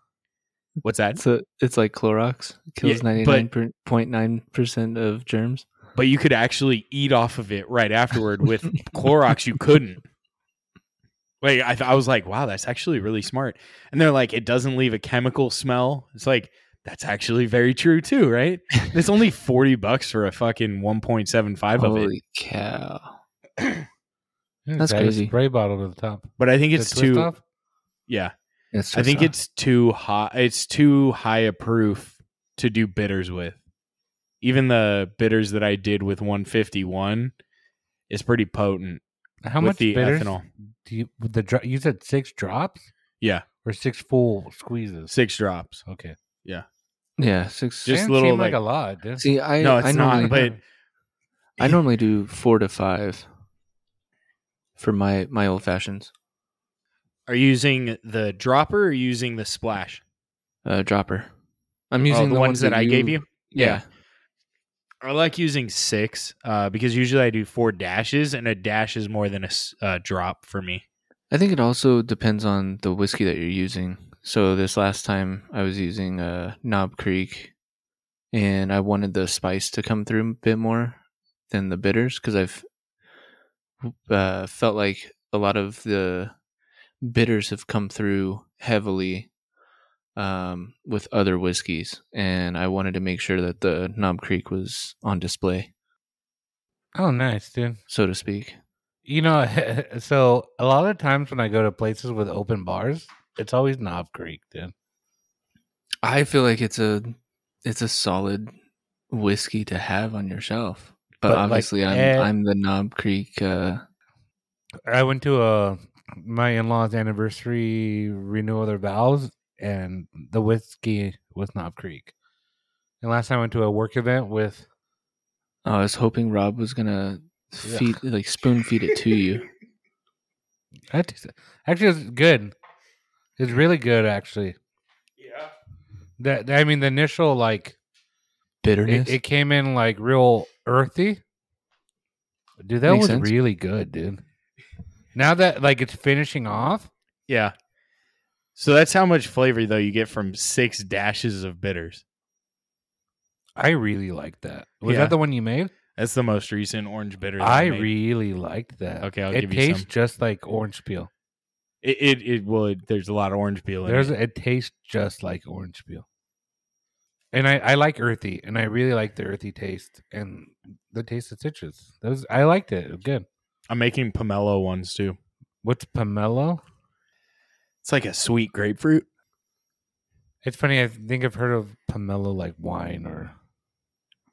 What's that?
It's a, it's like Clorox It kills
Yeah,
ninety
but-
nine point nine percent of germs.
But you could actually eat off of it right afterward. With Clorox, you couldn't. Like I, th- I was like, "Wow, that's actually really smart." And they're like, "It doesn't leave a chemical smell." It's like that's actually very true too, right? It's only forty bucks for a fucking one point seven five of it.
Holy cow!
It's got a
crazy.
Spray bottle to the top.
But I think
The
it's
twist
too
off?
yeah.
That's
I think
just-
it's too high. It's too high a proof to do bitters with. Even the bitters that I did with 151 is pretty potent
How
with
much
the
bitters
ethanol.
do you with the dro- you said six drops
Yeah,
or six full squeezes?
six drops.
Okay.
yeah six.
Just
Didn't
little,
seem like,
like-
a lot. didn't it?
see, I
no, it's
I
not.
normally,
But
I normally do four to five for my my old fashions
are you using the dropper or using the splash?
uh, dropper. I'm
Oh,
using
the, ones that, I gave you.
Yeah,
I like using six uh, because usually I do four dashes, and a dash is more than a s- uh, drop for me.
I think it also depends on the whiskey that you're using. So this last time I was using uh, Knob Creek, and I wanted the spice to come through a bit more than the bitters because I've uh, felt like a lot of the bitters have come through heavily um, with other whiskeys, and I wanted to make sure that the Knob Creek was on display,
Oh, nice, dude.
so to speak.
You know, so a lot of times when I go to places with open bars, it's always Knob Creek, dude.
I feel like it's a it's a solid whiskey to have on your shelf. But,
But, like,
obviously, I'm
eh.
I'm the Knob Creek. Uh,
I went to a my in laws' anniversary renewal of their vows, and the whiskey was Knob Creek. And last time I went to a work event with
I was hoping Rob was gonna
Yeah.
feed like spoon feed it to you.
that tasted- actually it was good. It's really good, actually.
Yeah.
That I mean, the initial like
Bitterness.
it, it came in like real earthy. Dude, that
Makes
was
sense.
really good, dude. Now that like it's finishing off,
Yeah. So that's how much flavor though you get from six dashes of bitters.
I really liked that. Was
Yeah.
that the one you made?
That's the most recent orange bitter. that
I
made.
really liked that.
Okay, I'll
it
give you
tastes
some.
just like orange peel.
it, it it well there's a lot of orange peel in
There's
it.
it tastes just like orange peel. And I, I like earthy, and I really like the earthy taste and the taste of citrus. Those I liked it. It was Good.
I'm making pomelo ones too.
What's pomelo?
It's like a sweet grapefruit.
It's funny. I think I've heard of pomelo like wine or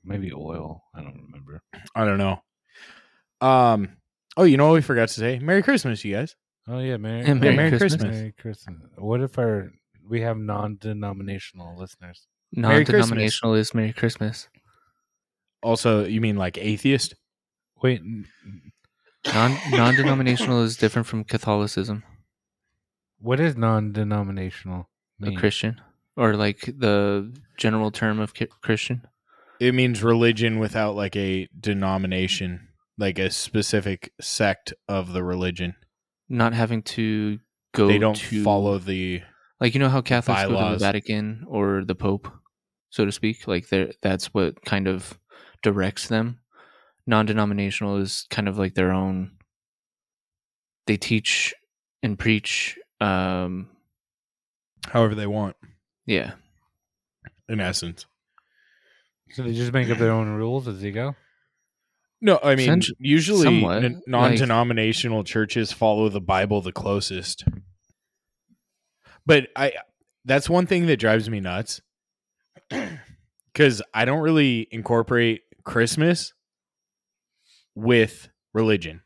maybe oil. I don't remember.
I don't know. Um oh you know what we forgot to say? Merry Christmas, you guys.
Oh yeah, Merry,
Yeah, Merry
Merry
Christmas.
Christmas.
Merry Christmas. What if our we have non-denominational listeners.
Non
Merry Christmas.
denominational is Merry Christmas.
Also, you mean like atheist?
Wait, n-
Non non denominational is different from Catholicism,
what is non-denominational?
a
mean?
Christian, or like the general term of ki- Christian.
It means religion without like a denomination, like a specific sect of the religion.
Not having to go
they don't
to,
follow the
Like you know how Catholics go to the
bylaws.
Vatican or the Pope, so to speak. Like they're- that's what kind of directs them. Non-denominational is kind of like their own. They teach and preach. Um,
however they want.
yeah,
In essence,
So they just make up their own rules as they go.
no. I mean,
Essentially-
usually
somewhat,
n-
like-
non-denominational churches follow the Bible the closest. But I, that's one thing that drives me nuts, because I don't really incorporate Christmas with religion.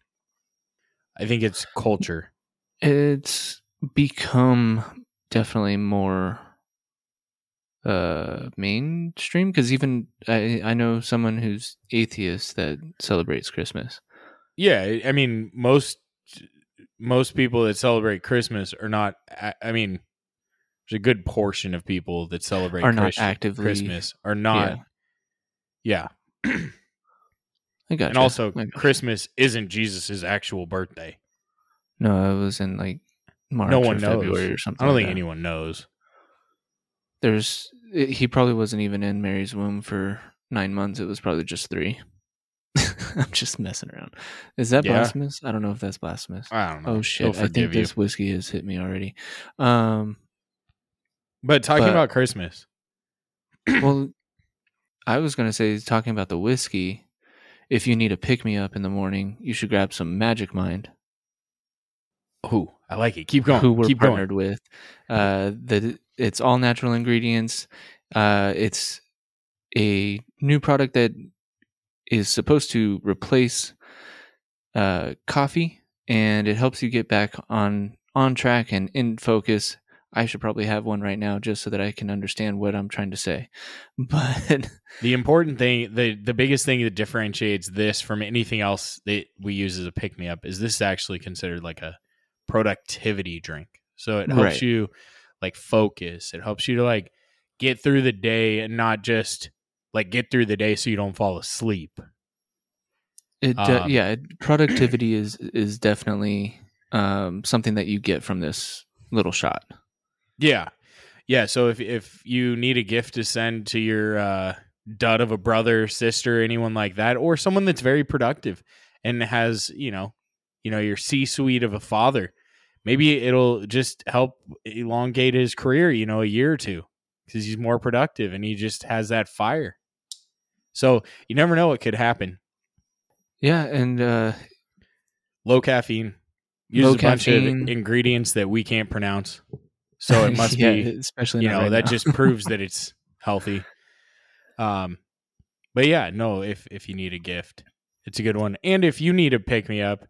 I think it's culture.
it's become definitely more uh mainstream because even I I know someone who's atheist that celebrates Christmas.
Yeah, I- I mean most most people that celebrate Christmas are not. I I mean, there's a good portion of people that celebrate
Are not
Christ-
actively-
Christmas are not. Yeah,
I got
and also Christmas isn't Jesus's actual birthday.
No, it was in like March
No
or
one knows.
February or something.
I don't
like
think
that.
anyone knows.
There's it- he probably wasn't even in Mary's womb for nine months. It was probably just three. I'm just messing around. Is that
Yeah.
blasphemous? I don't know if that's blasphemous.
I don't know.
Oh
He'll
shit! I
forgive
think
you.
this whiskey has hit me already. Um,
But talking
but-
about Christmas,
well, I was gonna say talking about the whiskey. If you need a pick me up in the morning, you should grab some Magic Mind.
who I like it. Keep going.
who we're
Keep
partnered
going.
with. Uh, the it's all natural ingredients. Uh, it's a new product that is supposed to replace uh, coffee, and it helps you get back on on track and in focus. I should probably have one right now just so that I can understand what I'm trying to say. But
The important thing, the the biggest thing that differentiates this from anything else that we use as a pick me up is this is actually considered like a productivity drink. So it helps
Right.
you like focus. It helps you to like get through the day and not just like get through the day so you don't fall asleep.
It de-
Um,
yeah, it- productivity is is definitely um, something that you get from this little shot.
Yeah. Yeah. So if if you need a gift to send to your uh dud of a brother, sister, anyone like that, or someone that's very productive and has, you know, you know, your C suite of a father, maybe it'll just help elongate his career, you know, a year or two. Because he's more productive and he just has that fire. So you never know what could happen.
Yeah, and uh,
Low caffeine. Uses
Low
a bunch
caffeine.
of ingredients that we can't pronounce. So it must
Yeah,
be
especially
you
not
know
right
that
now.
just proves that it's healthy um but yeah no if if you need a gift it's a good one and if you need a pick me up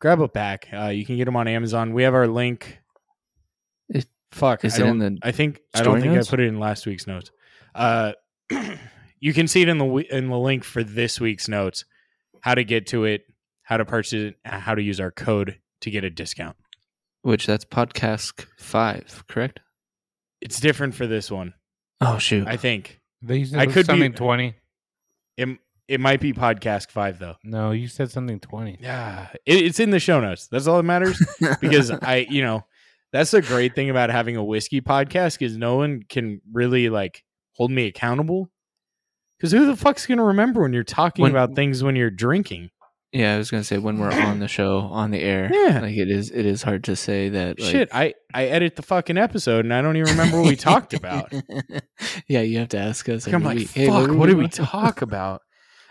grab a pack uh you can get them on amazon we have our link
Is-
fuck
is
I
it in
don't-
the
i think i don't
story
think
notes?
i put it in last week's notes uh you can see it in the wi- in the link for this week's notes how to get to it how to purchase it how to use our code to get a discount
which that's podcast five, correct?
it's different for this one
Oh shoot,
i think
They used
I
I
could
could
be-
something twenty.
it, it might be podcast five though
No, you said something twenty.
Yeah, it, it's in the show notes. That's all that matters because I, you know, that's the great thing about having a whiskey podcast because no one can really like hold me accountable. Because who the fuck's gonna remember when you're talking
When-
about things when you're drinking?
yeah, I was gonna say when we're on the show on the air,
Yeah.
like it is it is hard to say that like,
Shit, I I edit the fucking episode and I don't even remember what we talked about.
yeah, you have to ask us.
Like, I'm
every
like,
week,
fuck,
"Hey, were
what did we
watching?"
talk about?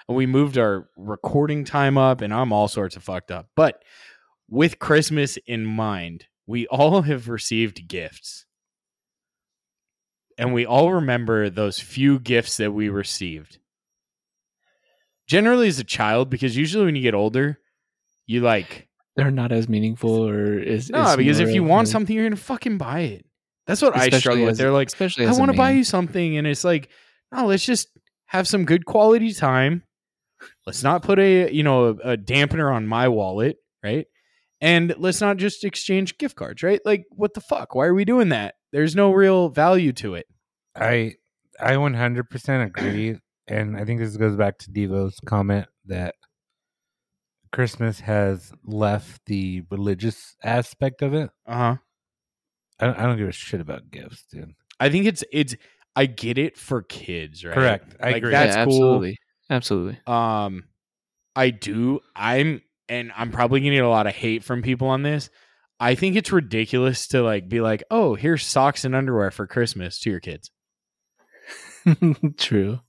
And we moved our recording time up, and I'm all sorts of fucked up. But with Christmas in mind, we all have received gifts. And we all remember those few gifts that we received. Generally, as a child, because usually when you get older, you like,
They're not as meaningful or is
no,
is
because if
more
you
of,
want
like-
something, you're going to fucking buy it. That's what I struggle with.
as-
They're like,
especially
I
as a
want to buy
man.
you something, and it's like, no, let's just have some good quality time. Let's not put a you know a, a dampener on my wallet, right? And let's not just exchange gift cards, right? Like, what the fuck? Why are we doing that? There's no real value to it.
I I 100% agree, and I think this goes back to Devo's comment that Christmas has left the religious aspect of it.
Uh
Uh-huh.
huh.
I don't, I don't give a shit about gifts, dude.
I think it's it's. I get it for kids, right?
Correct. I
Like,
agree.
That's
yeah,
cool.
absolutely, absolutely.
Um, I do. I'm, and I'm probably gonna get a lot of hate from people on this. I think it's ridiculous to like be like, oh, here's socks and underwear for Christmas to your kids.
True.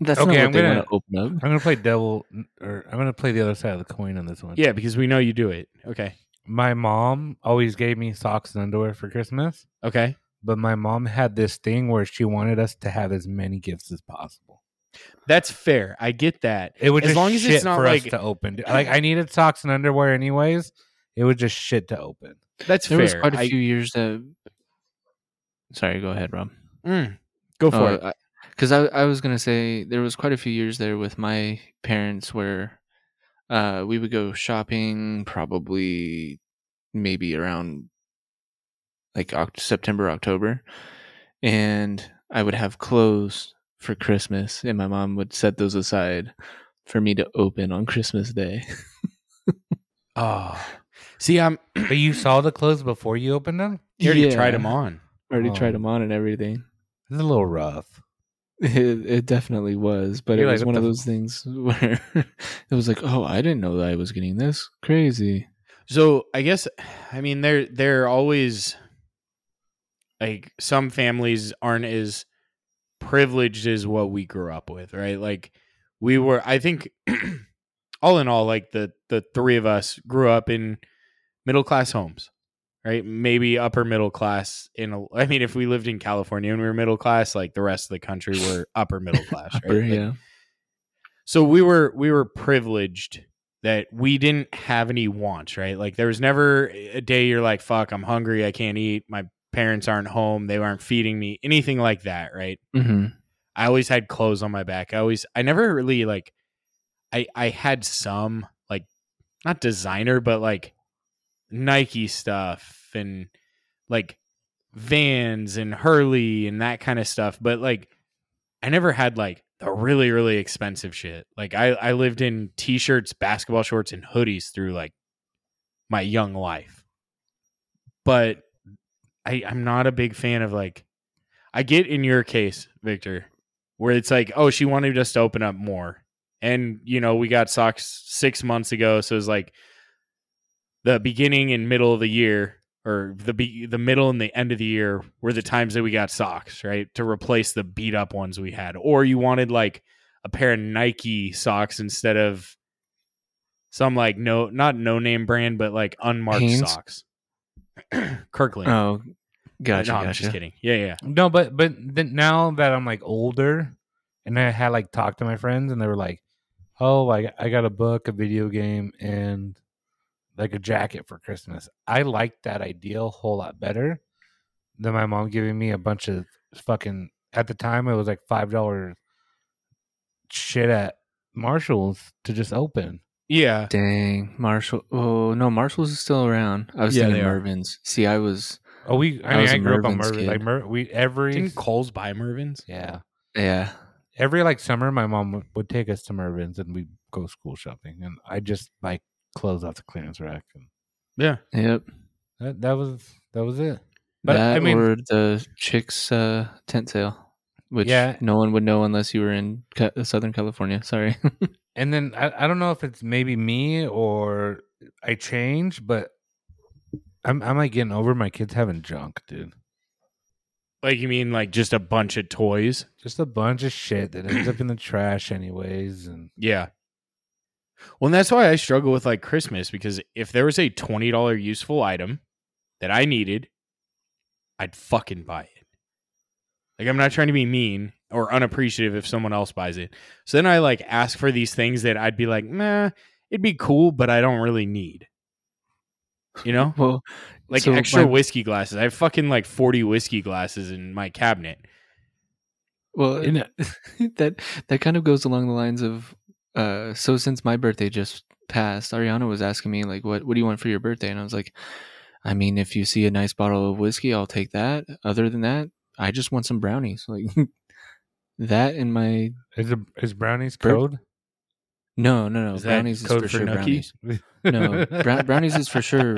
That's not
Okay,
what
I'm
they
gonna-
want to open up.
I'm gonna play devil, or I'm gonna play the other side of the coin on this one.
Yeah, because we know you do it. Okay.
my mom always gave me socks and underwear for Christmas,
Okay.
but my mom had this thing where she wanted us to have as many gifts as possible.
That's fair. I get that.
It would
As
just
long as it's
shit
not
for
like-
us to open. dude. Like I needed socks and underwear anyways. It was just shit to open.
That's
There was
fair.
quite a
I-
few years that. Sorry, go ahead, Rob.
Mm, go for
Uh,
it.
Because I, I was gonna say there was quite a few years there with my parents where, uh, we would go shopping probably, maybe around, like Oct- September October, and I would have clothes for Christmas, and my mom would set those aside for me to open on Christmas Day.
Oh. See, I'm
But you saw the clothes before you opened them.
you already
Yeah.
tried them on.
Already tried
Oh.
them on and everything.
It's a little rough.
It, it definitely was, but it
You're like,
was
"What
one of
the
those things where it was like, oh, I didn't know that I was getting this. Crazy.
So I guess I mean there there are always like some families aren't as privileged as what we grew up with, right? Like we were I think all in all, like the the three of us grew up in middle class homes, right? Maybe upper middle class in a, I mean if we lived in California and we were middle class, like the rest of the country were upper middle class, right?
Upper,
Like,
yeah.
so we were we were privileged that we didn't have any wants right like there was never a day you're like fuck i'm hungry i can't eat my parents aren't home they aren't feeding me anything like that right
Mm-hmm.
i always had clothes on my back i always i never really like i i had some like not designer but like nike stuff and like vans and hurley and that kind of stuff but like i never had like the really really expensive shit like i i lived in t-shirts basketball shorts and hoodies through like my young life but i i'm not a big fan of like i get in your case victor where it's like oh she wanted us to open up more and you know we got socks six months ago so it's like the beginning and middle of the year or the be- the middle and the end of the year were the times that we got socks, right? To replace the beat up ones we had. Or you wanted like a pair of Nike socks instead of some like no not no name brand but like unmarked
Hanes?
socks. Kirkland.
Oh, gotcha.
no, I'm
gotcha.
just kidding. Yeah, yeah.
No, but but then now that I'm like older, and I had like talked to my friends, and they were like, "Oh, like I got a book, a video game, and like a jacket for Christmas." I like that idea a whole lot better than my mom giving me a bunch of fucking. At the time, it was like five dollars shit at Marshalls to just open.
Yeah.
Dang, Marshall. Oh no, Marshall's is still around. I was
Yeah,
thinking
they are.
Mervin's. See, I was.
Oh, we. I,
I
mean,
was
I
a
grew up on
Mervin's
Mervin. Like
kid.
Mer, we every
Didn't Coles buy Mervin's?
yeah.
Yeah.
every like summer my mom would, would take us to mervin's and we'd go school shopping and i just buy clothes off the clearance rack and
Yeah.
Yep.
that, that was that was it But,
that
I mean-
or the chicks uh, tent sale, which
Yeah.
no one would know unless you were in Ca- Southern California. Sorry.
and then I, I don't know if it's maybe me or i change but i'm i'm like getting over my kids having junk dude
Like you mean like just a bunch of toys?
just a bunch of shit that ends up in the trash anyways and
Yeah. Well, and that's why I struggle with like Christmas because if there was a twenty dollar useful item that I needed, I'd fucking buy it. Like I'm not trying to be mean or unappreciative if someone else buys it. So then I like ask for these things that I'd be like, nah, it'd be cool, but I don't really need. You know,
Well,
like
So
extra
my-
whiskey glasses. I have fucking like forty whiskey glasses in my cabinet.
well,
In it.
that that kind of goes along the lines of. Uh, so since my birthday just passed, Ariana was asking me like, "What what do you want for your birthday?" And I was like, "I mean, if you see a nice bottle of whiskey, I'll take that. Other than that, I just want some brownies, like that." And my
Is it is brownies
Bur-
code?
no, no, no,
Is that
brownies is
code
for,
for
sure
nookie?
brownies. No, brown- brownies is for sure.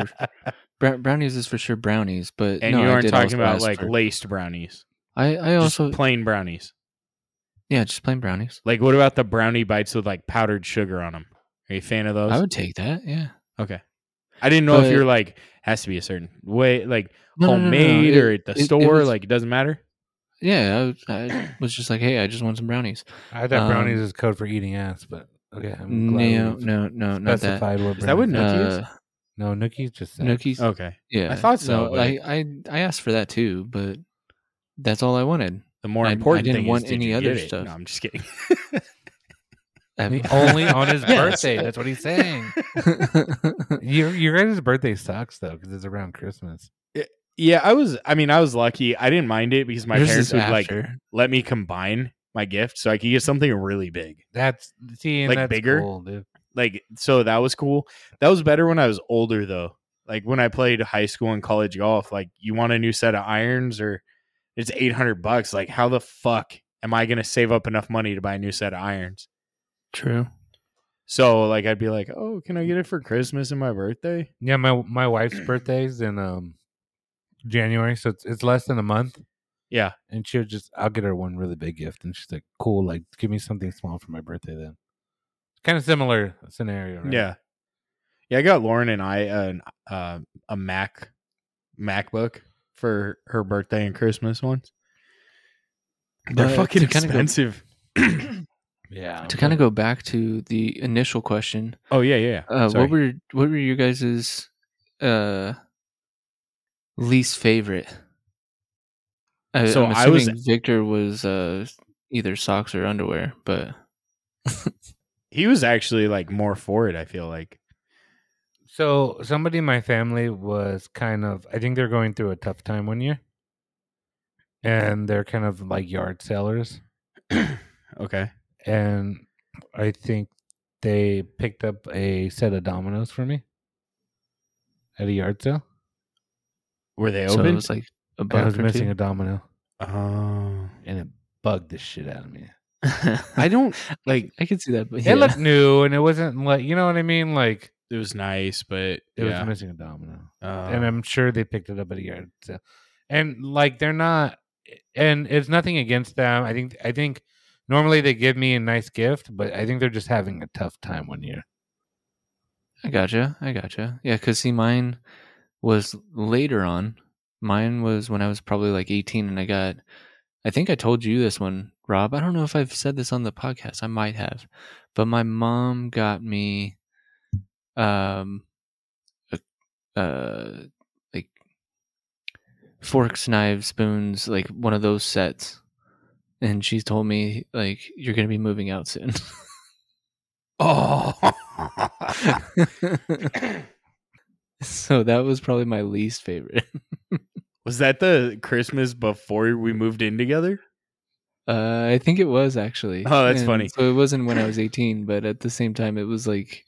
Brow- brownies is for sure brownies, but
And
no,
you
I
aren't
did
talking
also
about
ask
like
for-
laced brownies,
I I
just
also
plain brownies.
yeah, just plain brownies.
Like, what about the brownie bites with like powdered sugar on them? Are you a fan of those?
I would take that. Yeah,
okay, I didn't know if
But-
you're like has to be a certain way, like
No, no, no, no, no,
homemade or
it-
at the
it- it
store.
was-
like, it doesn't matter.
yeah. I was, I was just like, hey, I just want some brownies.
I thought
Um,
brownies is code for eating ass, but okay. I'm glad
No,
we've
no, no, not that.
specified what
Is that what
brownies
Nookie is?
Uh,
No, Nookie's just that.
Nookie's.
Okay,
yeah,
Oh, I thought so,
No,
but-
I, I I asked for that too, but that's all I wanted.
the more
I- I
important
didn't
thing
want
is did
any
you
other
get it?
stuff.
No, I'm just kidding.
I-
Only on his
Yes.
birthday. That's what he's saying. your your guys' birthday sucks though, because it's around Christmas.
yeah, I was. I mean, I was lucky. I didn't mind it because my
Yours
parents
is
would like
after.
let me combine my gift so I could get something really big.
That's see, and
Like
that's
bigger?
cool, dude.
Like so that was cool. That was better when I was older though. Like when I played high school and college golf, like you want a new set of irons or it's 800 bucks. Like how the fuck am I going to save up enough money to buy a new set of irons?
True.
So like I'd be like, "Oh, can I get it for Christmas and my birthday?"
Yeah, my my wife's birthday's in um January, so it's, it's less than a month.
Yeah.
And she'll just I'll get her one really big gift and she's like, Cool, like give me something small for my birthday then. Kind of similar scenario, right?
Yeah. Yeah, I got Lauren and I an uh, a Mac MacBook for her birthday and Christmas ones. They're
But
fucking
to kinda go-
expensive.
Yeah.
To kind of go back to the initial question,
oh yeah, yeah. yeah.
uh,
Sorry.
what were what were your guys's uh, least favorite? I,
So
I'm
I was-
assuming Victor was uh, either socks or underwear, but
he was actually like more for it. I feel like
So somebody in my family was kind of I think they're going through a tough time one year. And they're kind of like yard sellers.
okay.
and I think they picked up a set of dominoes for me at a yard sale.
Were they
so it
open?
was like a
I was
buck or
missing
two.
a domino,
oh,
and it bugged the shit out of me.
I don't like.
I could see that, but
It
yeah.
looked new, and it wasn't like you know what I mean. Like
It was nice, but
it
yeah.
was missing a domino,
Uh,
and I'm sure they picked it up at a yard sale. And like they're not, and it's nothing against them. I think I think normally they give me a nice gift, but I think they're just having a tough time one year.
I gotcha. I gotcha. Yeah, because see, mine was later on. Mine was when I was probably like 18, and I got, I think I told you this one, Rob. I don't know if I've said this on the podcast. I might have. But my mom got me, um, a, uh, like forks, knives, spoons, like one of those sets. And she told me, like, you're going to be moving out soon.
oh.
so that was probably my least favorite.
was that the Christmas before we moved in together?
Uh, I think it was actually.
Oh, that's funny.
So it wasn't when I was 18, but at the same time, it was like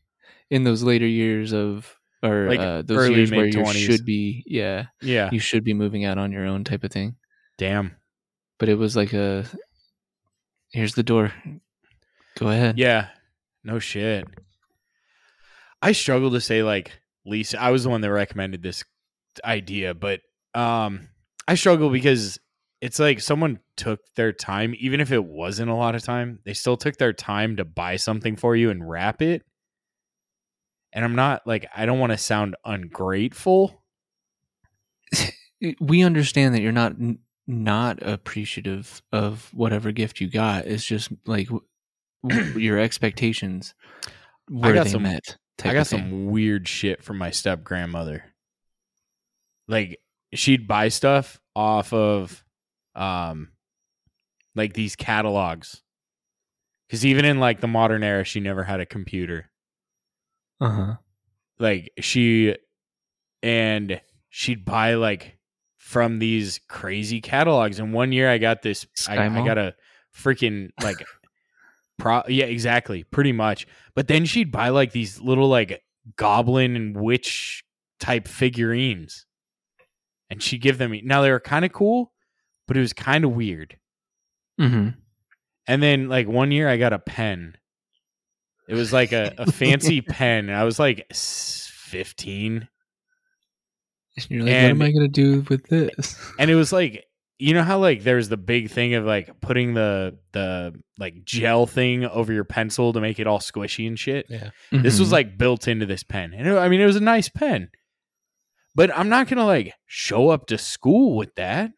in those later years of, or
Like
uh, those
early,
years where you
mid-twenties.
should be, yeah,
Yeah.
you should be moving out on your own type of thing.
Damn.
But it was like a, here's the door. Go ahead.
Yeah. No shit. I struggle to say like least I was the one that recommended this idea, but um I struggle because it's like someone took their time, even if it wasn't a lot of time, they still took their time to buy something for you and wrap it. And I'm not like I don't want to sound ungrateful.
It- We understand that you're not, n- not appreciative of whatever gift you got. It's just like w- w- your expectations were
got
they
some-
met. type
I
of
got
thing.
some weird shit from my step grandmother. Like she'd buy stuff off of um like these catalogs. Cuz even in like the modern era
Uh-huh.
she never had a computer.
Uh huh.
Like she and she'd buy like from these crazy catalogs. And one year I got this, I,
Sky
I
Mall?
got a freaking like, pro, yeah, exactly, pretty much. But then she'd buy like these little like goblin and witch type figurines, and she'd give them. Now they were kind of cool, but it was kind of weird.
Mm-hmm.
And then like one year I got a pen. It was like a, a fancy pen. and I was like s- 15.
You're like,
And-
what am I gonna do with this?
And it was like, you know how like there's the big thing of like putting the the like gel thing over your pencil to make it all squishy and shit. This
Mm-hmm.
was like built into this pen. And it- I mean it was a nice pen. But I'm not going to like show up to school with that.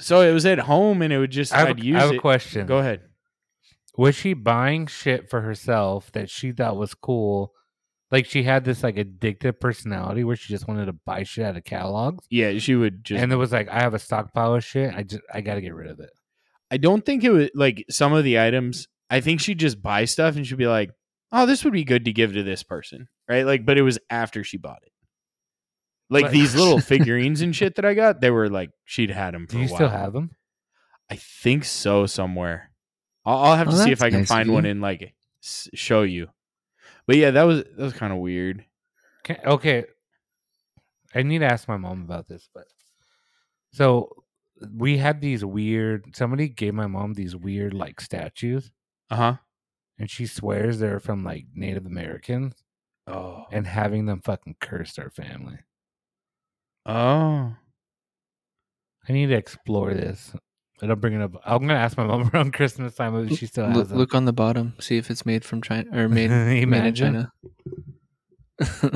so it was at home and it would just
I have,
I'd
a-
use
I have a
it.
question.
Go ahead.
was she buying shit for herself that she thought was cool? Like she had this like addictive personality where she just wanted to buy shit out of catalogs,
Yeah, she would just
and it was like, I have a stockpile of shit. I just I gotta get rid of it.
I don't think it was like some of the items. I think she'd just buy stuff and she'd be like, "Oh, this would be good to give to this person," right? Like, but it was after she bought it. Like
Right.
these little figurines and shit that I got, they were like she'd had them. For
Do
a
you
while.
still have them?
I think so somewhere. I'll, I'll have to
Oh,
see if
that's
I can
nice of
find one
you.
and like s- show you. But yeah, that was that was kind of weird.
Can, okay. I need to ask my mom about this, but so we had these weird. Somebody gave my mom these weird like statues,
Uh huh.
and she swears they're from like Native Americans,
Oh.
and having them fucking cursed our family.
oh.
I need to explore this. I don't bring it up. I'm gonna ask my mom around Christmas time if she still
L-
has them.
look on the bottom, see if it's made from China or made,
Imagine.
made in China.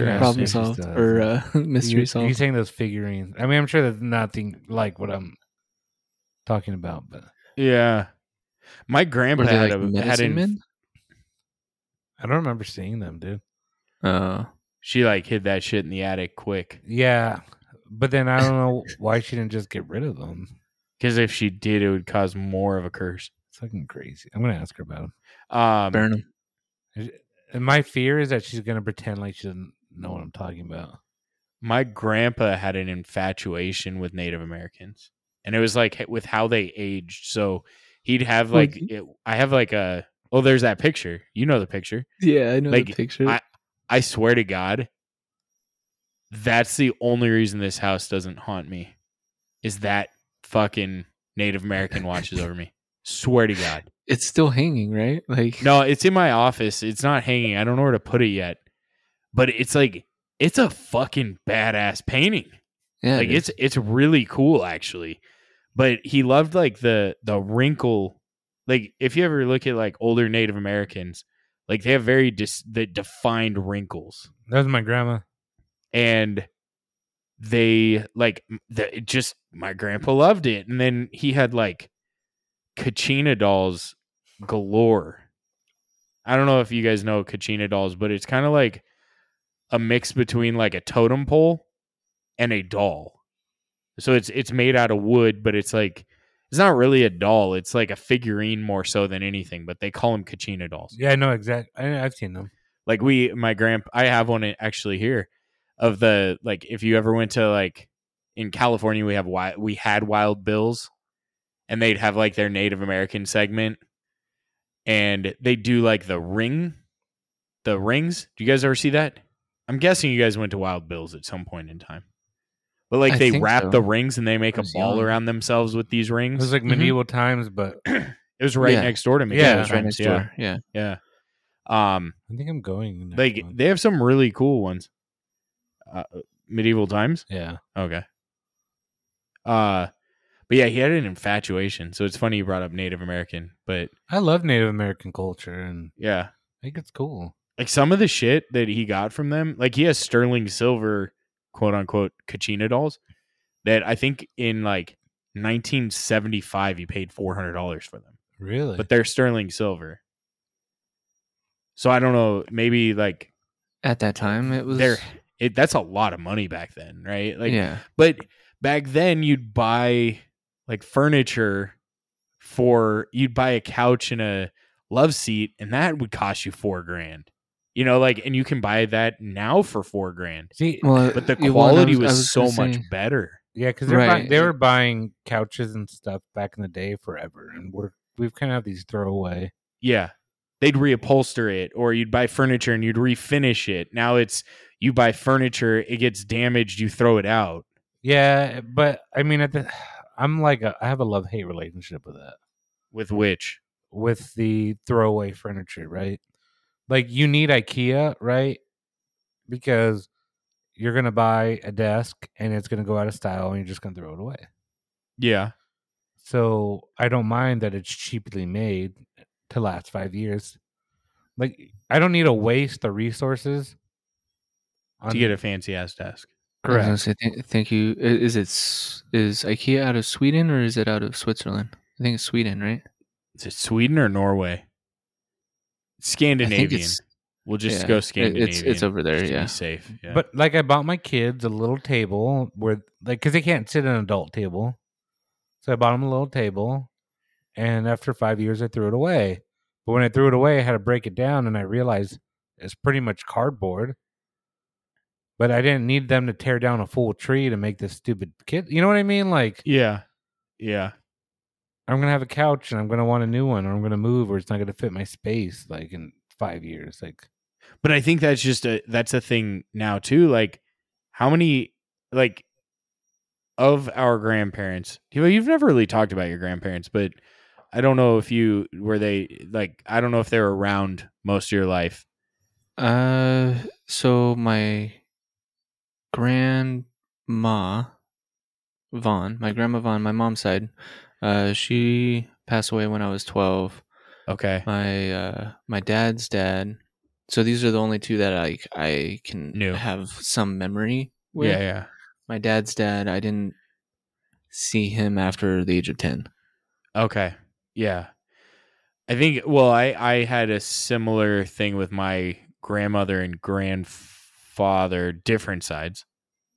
Yeah,
Problem
she
solved
still has
or
them.
uh, mystery
you, You
solved.
saying those figurines? I mean, I'm sure that's nothing like what I'm talking about, but
Yeah. My
Were
grandpa
they
had
like
a, had
medicine
an
men?
I don't remember seeing them, dude.
Oh,
She like hid that shit in the attic quick.
Yeah, but then I don't know why she didn't just get rid of them.
Because if she did, it would cause more of a curse.
It's fucking crazy. I'm gonna ask her about
Um,
burn them.
them. And my fear is that she's gonna pretend like she doesn't know what I'm talking about.
my grandpa had an infatuation with Native Americans, and it was like h- with how they aged. So he'd have
Well,
like
d-
it- I have like a oh, there's that picture. You know the picture.
Yeah, I know
Like,
the picture.
I swear to God, that's the only reason this house doesn't haunt me, is that fucking Native American watches over me. Swear to God.
it's still hanging, right? Like
No, it's in my office. It's not hanging. I don't know where to put it yet. But it's like it's a fucking badass painting.
yeah,
Like
dude.
it's it's really cool actually. But he loved like the the wrinkle. Like if you ever look at like older Native Americans, like they have very dis- the defined wrinkles
That was my grandma.
and they like m- the, it just my grandpa loved it and then he had like kachina dolls galore i don't know if you guys know kachina dolls but it's kind of like a mix between like a totem pole and a doll so it's it's made out of wood but it's like it's not really a doll it's like a figurine more so than anything but they call them kachina dolls
Yeah, I know exactly. I've seen them.
like we my grand i have one actually here of the like if you ever went to like in california we have wild we had wild bills and they'd have like their native american segment and they do like the ring the rings do you guys ever see that i'm guessing you guys went to wild bills at some point in time but like
I
they
think
wrap
so.
the rings and they make
I
a
was
ball
young.
around themselves with these
It
rings
was like
Mhm.
medieval times, but
it was right
Yeah.
next door to me
Yeah,
it was right next
sometimes,
door. Yeah,
yeah yeah um
I think I'm going. next
like
month.
they have some really cool ones uh, medieval times
yeah,
okay uh but yeah he had an infatuation so it's funny you brought up native american but
I love Native American culture, and
yeah
I think it's cool.
like some of the shit that he got from them like he has sterling silver quote unquote kachina dolls that i think in like 1975 he paid $400 for them
Really,
but they're sterling silver so i don't know maybe like
at that time it was.
they're it, that's a lot of money back then right like
yeah,
But back then, you'd buy like furniture for you'd buy a couch and a love seat, and that would cost you four grand. You know, like, and you can buy that now for four grand,
See,
Well,
but the
yeah, well, and I
quality
I
was, so
gonna
much
say-
better.
yeah, because they're buying,
Right.
they were buying couches and stuff back in the day forever, and we're we've kind of have these throwaway.
Yeah. They'd reupholster it or you'd buy furniture and you'd refinish it. Now it's you buy furniture, it gets damaged, you throw it out.
Yeah, but I mean, at the, I'm like a, I have a love hate relationship with that.
With which?
with the throwaway furniture, right? Like you need IKEA, right? Because you're gonna buy a desk and it's gonna go out of style and you're just gonna throw it away.
Yeah.
So I don't mind that it's cheaply made to last five years. Like I don't need to waste the resources on
To get a fancy ass desk.
I was
correct.
gonna say, th- thank you. I- Is it s- is IKEA out of Sweden or is it out of Switzerland? I think it's Sweden, right?
Is it Sweden or Norway?
I think
Scandinavian.
it's,
We'll just
yeah, it-
go
it's- it's
Scandinavian.
over there,
just to be
yeah.
safe. Yeah.
But like I bought my kids a little table where like cuz they can't sit at an adult table. So I bought them a little table and after 5 years I threw it away. But when I threw it away, I had to break it down and I realized it's pretty much cardboard. But I didn't need them to tear down a full tree to make this stupid kid. You know what I mean? Like
yeah. Yeah.
I'm going to have a couch and I'm going to want a new one or I'm going to move or it's not going to fit my space like in 5 years like
But I think that's just a that's a thing now too. Like how many like of our grandparents you know, you've never really talked about your grandparents, but I don't know if you were they like I don't know if they're around most of your life.
Uh, so my grandma Vaughn, my grandma Vaughn, my mom's side, uh, she passed away when I was twelve.
Okay.
My uh, my dad's dad. So these are the only two that I I can
Knew.
have some memory with.
Yeah, yeah.
My dad's dad, I didn't see him after the age of ten.
Okay. Yeah. I think well, I I had a similar thing with my grandmother and grandfather, different sides.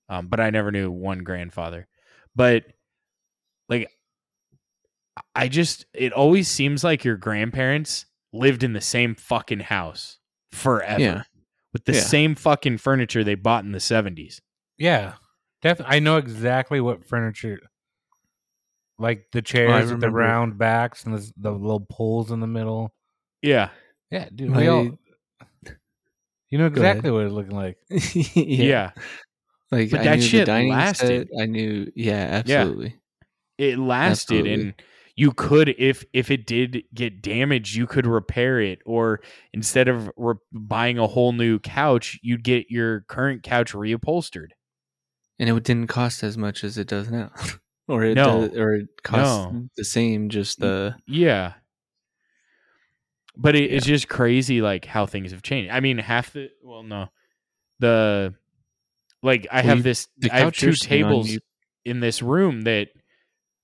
Um, but I never knew one grandfather. But like I just it always seems like your grandparents lived in the same fucking house forever.
Yeah.
With the
Yeah.
same fucking furniture they bought in the 70s.
Yeah, definitely. I know exactly what furniture, like the chairs with the
remember.
round backs and the, the little poles in the middle.
Yeah.
Yeah, dude.
My-
We all, you know
Go ahead.
exactly what it looked like.
yeah.
Yeah.
Like
But
I
that
knew
shit
the dining
lasted.
set. I knew yeah, absolutely.
it lasted
Absolutely.
and you could if if it did get damaged you could repair it or instead of re- buying a whole new couch you'd get your current couch reupholstered
and it didn't cost as much as it does now, or it
No.
does, or it costs
No.
the same. Just the
yeah but it, it's just crazy like how things have changed i mean half the well no the like i
Well,
have
you-
this
the
i have
couch
two
you're sitting on,
tables
you-
in this room that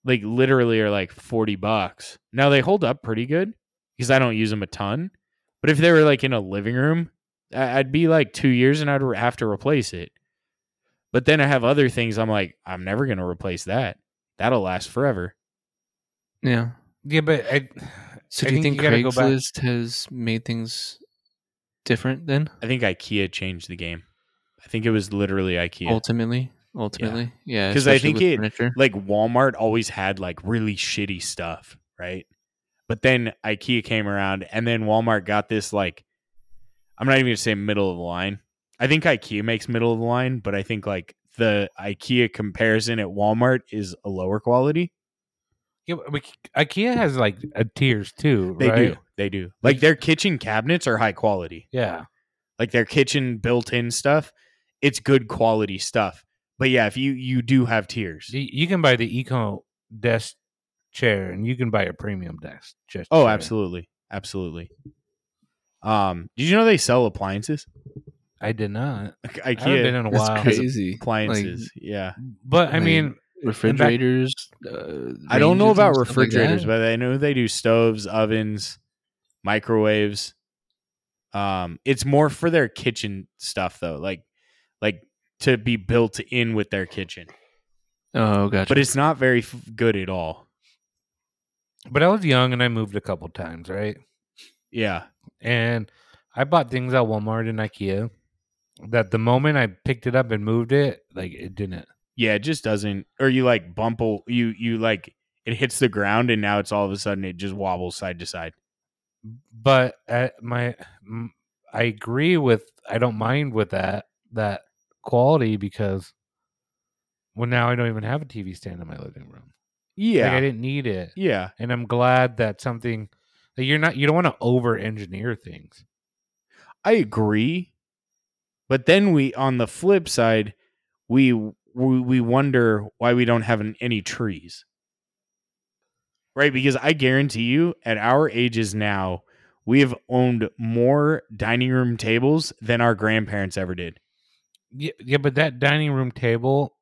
like literally are like 40 bucks. Now they hold up pretty good because I don't use them a ton. But if they were like in a living room, I- I'd be like two years and I'd re- have to replace it. But then I have other things I'm like, I'm never going to replace that. That'll last forever.
yeah.
Yeah, but I,
So
I
do you think,
think you gotta go back-
Craigslist has made things different then?
I think IKEA changed the game. I think it was literally IKEA.
Ultimately, ultimately, yeah.
'Cause I
especially
think
with
it-
furniture.
like Walmart always had like really shitty stuff, right? But then IKEA came around and then Walmart got this like I'm not even gonna say middle of the line. I think IKEA makes middle of the line, but I think like the IKEA comparison at Walmart is a lower quality.
yeah, but we, IKEA has like a tiers too.
They
right?
do. They do. Like their kitchen cabinets are high quality.
Yeah,
like their kitchen built-in stuff, it's good quality stuff. But yeah, if you you do have tiers.
you, you can buy the eco desk chair and you can buy a premium desk. Just
Oh,
chair.
absolutely, absolutely. Um, did you know they sell appliances?
I did not. I haven't been
IKEA
in a
That's
while.
crazy.
appliances. yeah,
But I
Like,
mean,
Refrigerators. uh,
I don't know
ranges and
about
stuff like that.
refrigerators, but I know they do stoves, ovens, microwaves. Um, it's more for their kitchen stuff though, like like to be built in with their kitchen,
oh, gotcha.
but it's not very f- good at all.
but I was young and I moved a couple times, right?
Yeah,
and I bought things at Walmart and IKEA that the moment I picked it up and moved it, like it didn't.
Yeah, it just doesn't. Or you like bumble, you you like it hits the ground, and now it's all of a sudden it just wobbles side to side.
But at my, m- I agree with. I don't mind with that that quality because, well, now I don't even have a TV stand in my living room.
Yeah,
like, I didn't need it,
yeah.
and I'm glad that something. Like you're not. You don't want to over engineer things.
I agree. But then we, on the flip side, we we, we wonder why we don't have an, any trees, right? Because I guarantee you, at our ages now, we have owned more dining room tables than our grandparents ever did.
Yeah, yeah, but that dining room table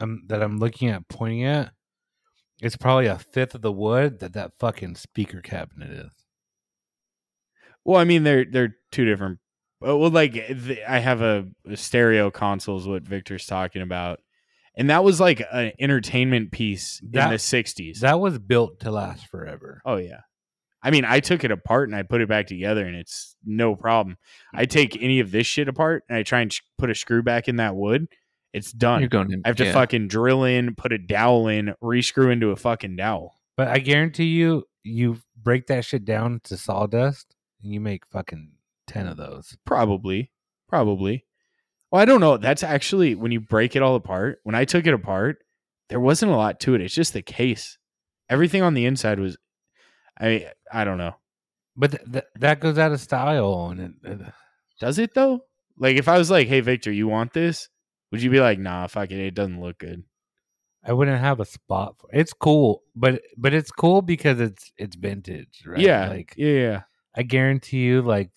um, that I'm looking at, pointing at, it's probably a fifth of the wood that that fucking speaker cabinet is.
Well, I mean, they're they're two different. uh, Well, like th- I have a, a stereo console is what Victor's talking about, and that was like an entertainment piece
That-
in the '60s.
That was built to last forever.
Oh yeah. I mean, I took it apart and I put it back together and it's no problem. I take any of this shit apart and I try and sh- put a screw back in that wood. It's done.
You're going in.
I have to
yeah.
fucking drill in, put a dowel in, re-screw into a fucking dowel.
But I guarantee you, you break that shit down to sawdust, and you make fucking ten of those.
Probably. Probably. Well, I don't know. That's actually when you break it all apart. When I took it apart, there wasn't a lot to it. It's just the case. Everything on the inside was I I don't know.
But th- th- that goes out of style, and it, it-
Does it though? Like if I was like, "Hey Victor, you want this?" Would you be like, "Nah, fuck it, it doesn't look good."
I wouldn't have a spot. For It's cool, but but it's cool because it's it's vintage, right?
Yeah,
like
yeah, yeah.
I guarantee you, like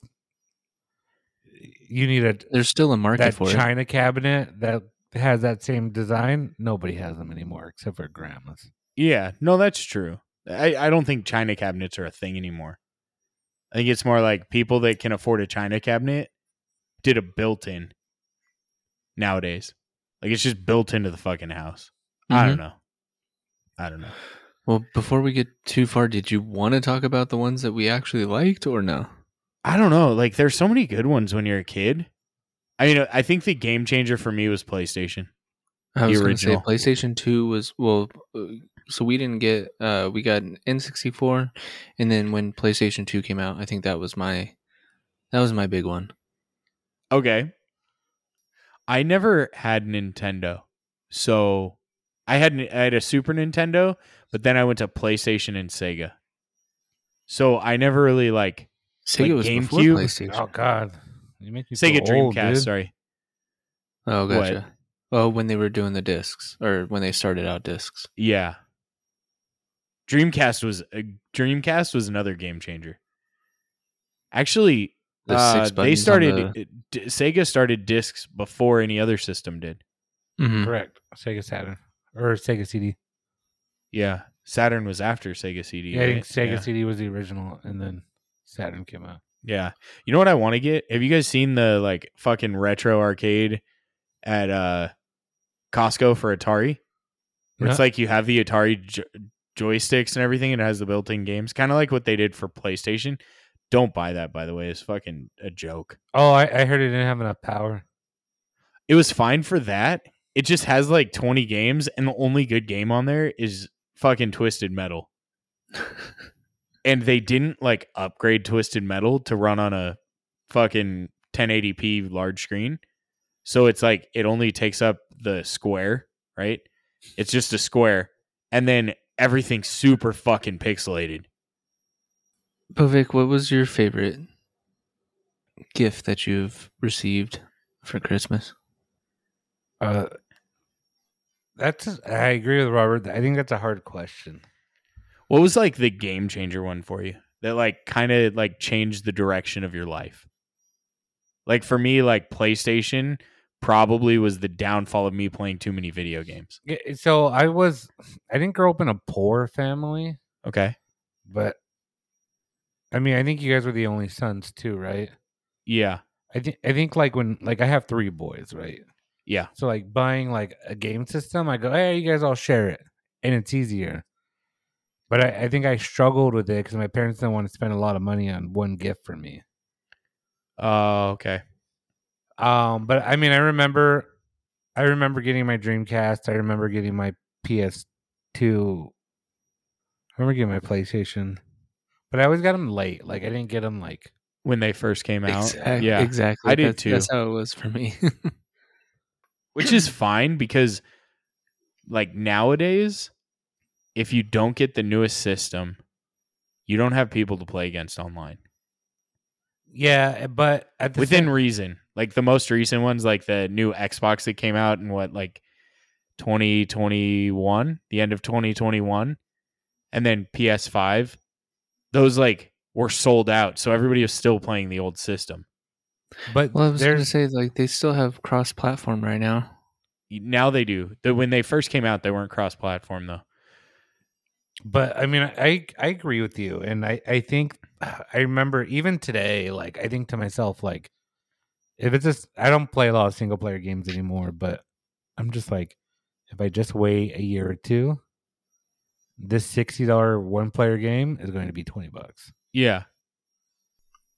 you need a
There's still a market
that
for it.
China cabinet that has that same design, nobody has them anymore except for grandmas.
yeah. No, that's true. I I don't think China cabinets are a thing anymore. I think it's more like people that can afford a China cabinet did a built-in nowadays. Like it's just built into the fucking house. I
Mm-hmm.
don't
Mhm.
know. I don't know.
Well, before we get too far, did you want to talk about the ones that we actually liked or no?
I don't know. Like there's so many good ones when you're a kid. I mean, I think the game changer for me was PlayStation.
I was
The
going to say
original.
PlayStation 2 was well uh, so we didn't get uh we got an N64 and then when PlayStation 2 came out, I think that was my that was my big one.
Okay. I never had Nintendo. So I had I had a Super Nintendo, but then I went to PlayStation and Sega. So I never really like
Sega
Like
was before
GameCube?
PlayStation.
Oh God, you make me
Sega
feel old,
Dreamcast,
dude.
sorry.
Oh, gotcha. Oh, when they were doing the discs or when they started out discs.
Yeah. Dreamcast was uh, Dreamcast was another game changer. Actually,
The
uh,
six
they
buttons on
started
the-
it- d- Sega started discs before any other system did.
Mhm.
Correct. Sega Saturn or Sega CD.
Yeah. Saturn was after Sega CD.
Yeah, I think
right?
Sega
Yeah.
CD was the original, and then Saturn came out.
Yeah. You know what I want to get? Have you guys seen the like fucking retro arcade at uh Costco for Atari? Where It's
No.
like you have the Atari jo- joysticks and everything and it has the built-in games, kind of like what they did for PlayStation. Don't buy that by the way. It's fucking a joke.
Oh, I, I heard it didn't have enough power.
It was fine for that. It just has like 20 games and the only good game on there is fucking Twisted Metal. and they didn't like upgrade Twisted Metal to run on a fucking 1080p large screen. So it's like it only takes up the square, right? It's just a square. And then everything's super fucking pixelated.
But Vic, what was your favorite gift that you've received for Christmas?
Uh, that's I agree with Robert. I think that's a hard question.
What was like the game changer one for you that like kind of like changed the direction of your life? Like for me, like PlayStation probably was the downfall of me playing too many video games.
Yeah, So I was, I didn't grow up in a poor family.
Okay.
but I mean, I think you guys were the only sons too, right?
Yeah.
I think I think like when like I have three boys, right?
Yeah.
So like buying like a game system, I go, hey, you guys all share it, and it's easier. But I, I think I struggled with it because my parents didn't want to spend a lot of money on one gift for me.
Oh, okay.
Um, but I mean, I remember, I remember getting my Dreamcast. I remember getting my PS2. I remember getting my PlayStation, but I always got them late. Like I didn't get them like
When they first came out,
Exact-
yeah.
exactly.
I did
That's-
too.
That's how it was for me.
which is fine because like nowadays if you don't get the newest system you don't have people to play against online
yeah, but at the
within
same-
reason like the most recent ones like the new xbox that came out in what like 2021 the end of 2021 and then ps5 those like were sold out so everybody was still playing the old system
but
well, I was going to
there's
say like they still have cross-platform right now.
now they do The- when they first came out they weren't cross-platform though
but I mean, I I agree with you, and I I think I remember even today. Like I think to myself, like if it's just I don't play a lot of single player games anymore, but I'm just like if I just wait a year or two, this sixty dollar one player game is going to be twenty bucks.
yeah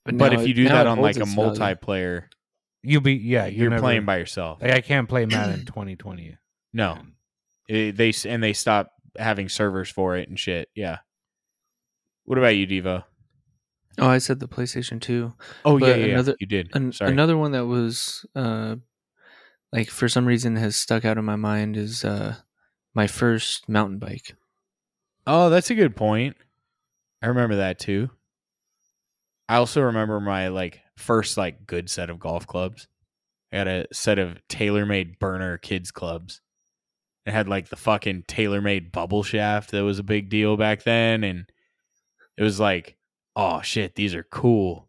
But
now
if
it-
you do
now
that
it
on like
holds
a
its value.
multiplayer,
You'll be yeah,
you're playing by yourself.
Like I can't play Madden 2020.
No, It- they s- and they stop having servers for it and shit. Yeah. What about you, Devo?
Oh, I said the PlayStation 2.
Oh
But
yeah, yeah, yeah,
another-
you did.
An-
Sorry.
another one that was uh, like for some reason has stuck out in my mind is uh, my first mountain bike.
oh, that's a good point. I remember that too. I also remember my like first like good set of golf clubs. I had a set of tailor-made burner kids clubs. It had like the fucking tailor-made bubble shaft that was a big deal back then, and it was like, oh shit, these are cool.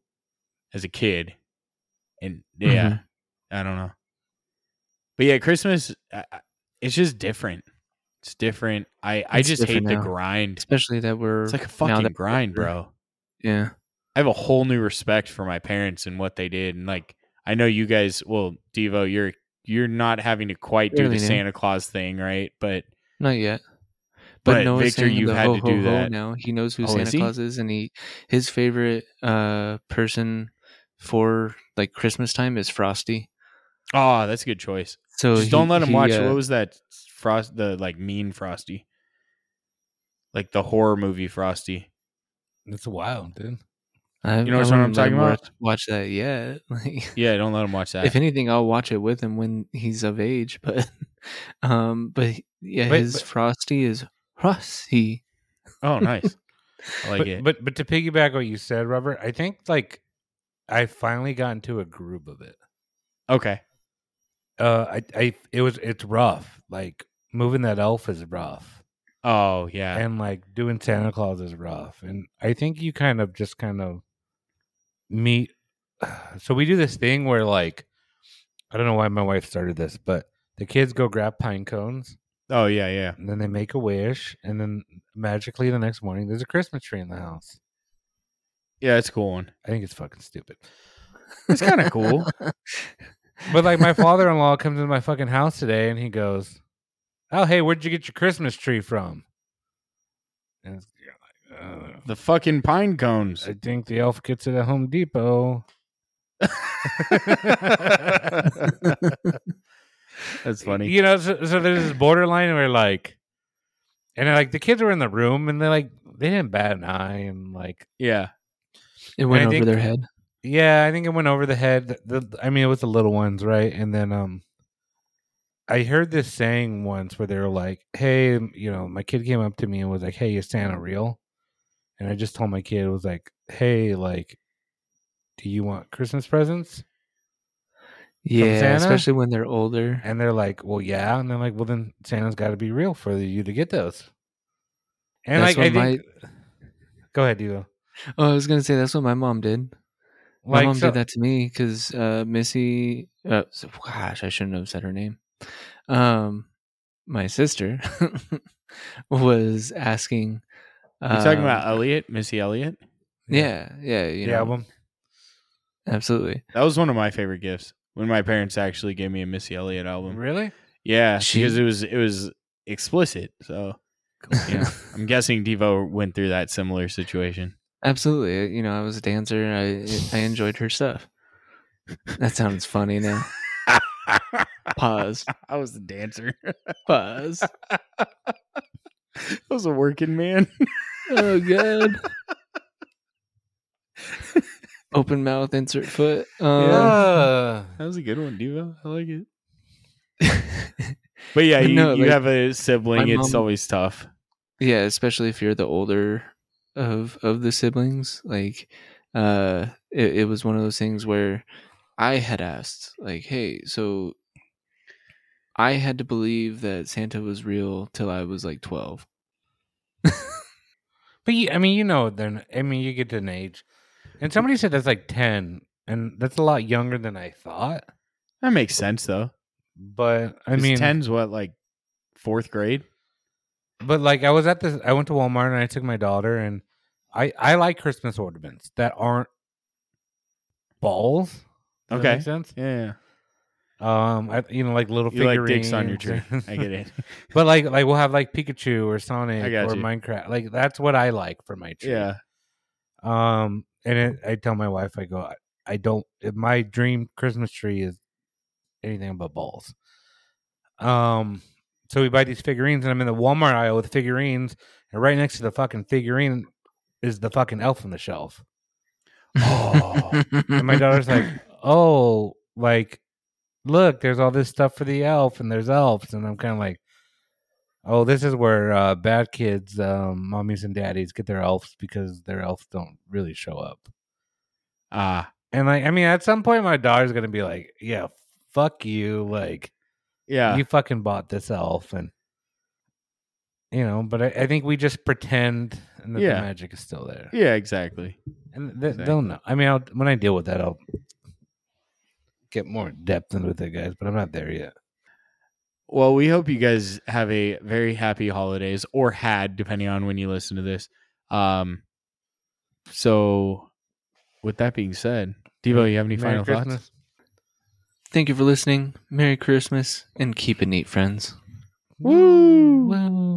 As a kid, and
Mm-hmm.
yeah, I don't know, but yeah, Christmas, I, I- it's just different. It's different. I I
It's
just hate
different
the
now.
grind.
Especially that we're
It's like a
now
fucking
that-
grind, bro.
yeah.
I have a whole new respect for my parents and what they did. And like, I know you guys, well, Devo, you're you're not having to quite do
Barely
the
new.
Santa Claus thing, right? But
Not yet. But,
But,
Noah's
Victor,
saying
you've
the
had
ho,
to
ho,
do
ho
that.
now. He knows who
Oh,
Santa
is he?
Claus is, and he his favorite uh, person for like Christmas time is Frosty.
oh, that's a good choice.
So
Just
he-
don't let him
he,
watch.
uh,
what was that frost? The like mean Frosty, like the horror movie Frosty.
That's wild, dude.
I,
you know
I
which one I'm
wouldn't let
talking
him
about?
Watch, watch that yet? Like,
Yeah, don't let him watch that.
if anything, I'll watch it with him when he's of age. But, um, but yeah,
But-
his
but-
frosty is frosty.
oh, nice. I like
but,
it.
but but to piggyback what you said, Robert, I think like I finally got into a groove of it.
okay.
Uh, I I it was it's rough. Like moving that elf is rough,
Oh yeah.
and like doing Santa Claus is rough. And I think you kind of just kind of meet. So we do this thing where like I don't know why my wife started this, but the kids go grab pine cones
Oh yeah, yeah.
And then they make a wish, and then magically the next morning there's a Christmas tree in the house.
Yeah, it's a cool one.
I think it's fucking stupid.
It's kind of cool.
But like my father in law comes into my fucking house today and he goes, Oh hey, where'd you get your Christmas tree from? And it's, you're like, "I don't know.
The fucking pine cones.
I think the elf gets it at Home Depot.
That's funny.
You know, so, so there's this borderline where like and like the kids were in the room and they like they didn't bat an eye and like
Yeah.
It went
I
over
think-
their head.
Yeah, I think it went over the head. The, the- I mean, it was the little ones, right? And then um, I heard this saying once where they were like, "Hey, m- you know, my kid came up to me and was like, "Hey, is Santa real?" And I just told my kid, it was like, "Hey, like, do you want Christmas presents?"
Yeah,
Santa?
especially when they're older.
And they're like, "Well, yeah." And I'm like, "Well, then Santa's got to be real for you to get those." And
That's
like, I
what
think. Go ahead, Divo.
Oh, I was gonna say that's what my mom did. My mom did that to me because uh, Missy. Uh, so- gosh, I shouldn't have said her name. Um, my sister was asking.
You talking about
um,
Elliot, Missy Elliot?
Yeah, yeah, you
the
know,
album.
absolutely.
That was one of my favorite gifts when my parents actually gave me a Missy Elliott album.
Really?
Yeah,
She-
because it was it was explicit. So yeah, I'm guessing Devo went through that similar situation.
Absolutely. You know, I was a dancer. I I enjoyed her stuff. That sounds funny now. Pause.
I was the dancer.
Pause.
I was a working man.
Oh god. Open mouth, insert foot. Um,
Uh,
That was a good one, Devo. I like it. But yeah,
But
you,
no,
you
like,
have a sibling.
my
It's
mom-
always tough.
yeah especially if you're the older of of the siblings like uh it, it was one of those things where i had asked like hey so i had to believe that santa was real till i was like 12
but you, I mean, you know, then I mean, you get to an age, and somebody said that's like ten, and that's a lot younger than I thought.
That makes sense though.
But I
I mean,
mean,
ten's what like fourth grade.
But like I was at this I went to Walmart and I took my daughter and I I like Christmas ornaments that aren't balls. Does that
Okay.
make sense?
Yeah,
Um I you know like little
you like dicks on your tree.
figurines.
I get it.
but like like we'll have like Pikachu or Sonic
I got
or
you.
Minecraft. Like that's what I like for my tree.
Yeah,
Um and it, I tell my wife I go I, I don't if my dream Christmas tree is anything but balls. Um, so we buy these figurines, and I'm in the Walmart aisle with figurines, and right next to the fucking figurine is the fucking elf on the shelf.
Oh.
And my daughter's like, "Oh, like, look, there's all this stuff for the elf, and there's elves," and I'm kind of like, "Oh, this is where uh, bad kids, um, mommies and daddies, get their elves because their elves don't really show up."
ah,
And like, I mean, at some point, my daughter's gonna be like, "Yeah, fuck you," like.
yeah.
you fucking bought this elf and you know but i, I think we just pretend and that
Yeah.
the magic is still there
Yeah, exactly.
and th- they'll know i mean I'll, when i deal with that i'll get more in depth into it guys but i'm not there yet
Well, we hope you guys have a very happy holidays or had, depending on when you listen to this. Um, so, with that being said, Devo, you have any final thoughts?
thank you for listening merry christmas and keep it neat friends
Woo!
Woo.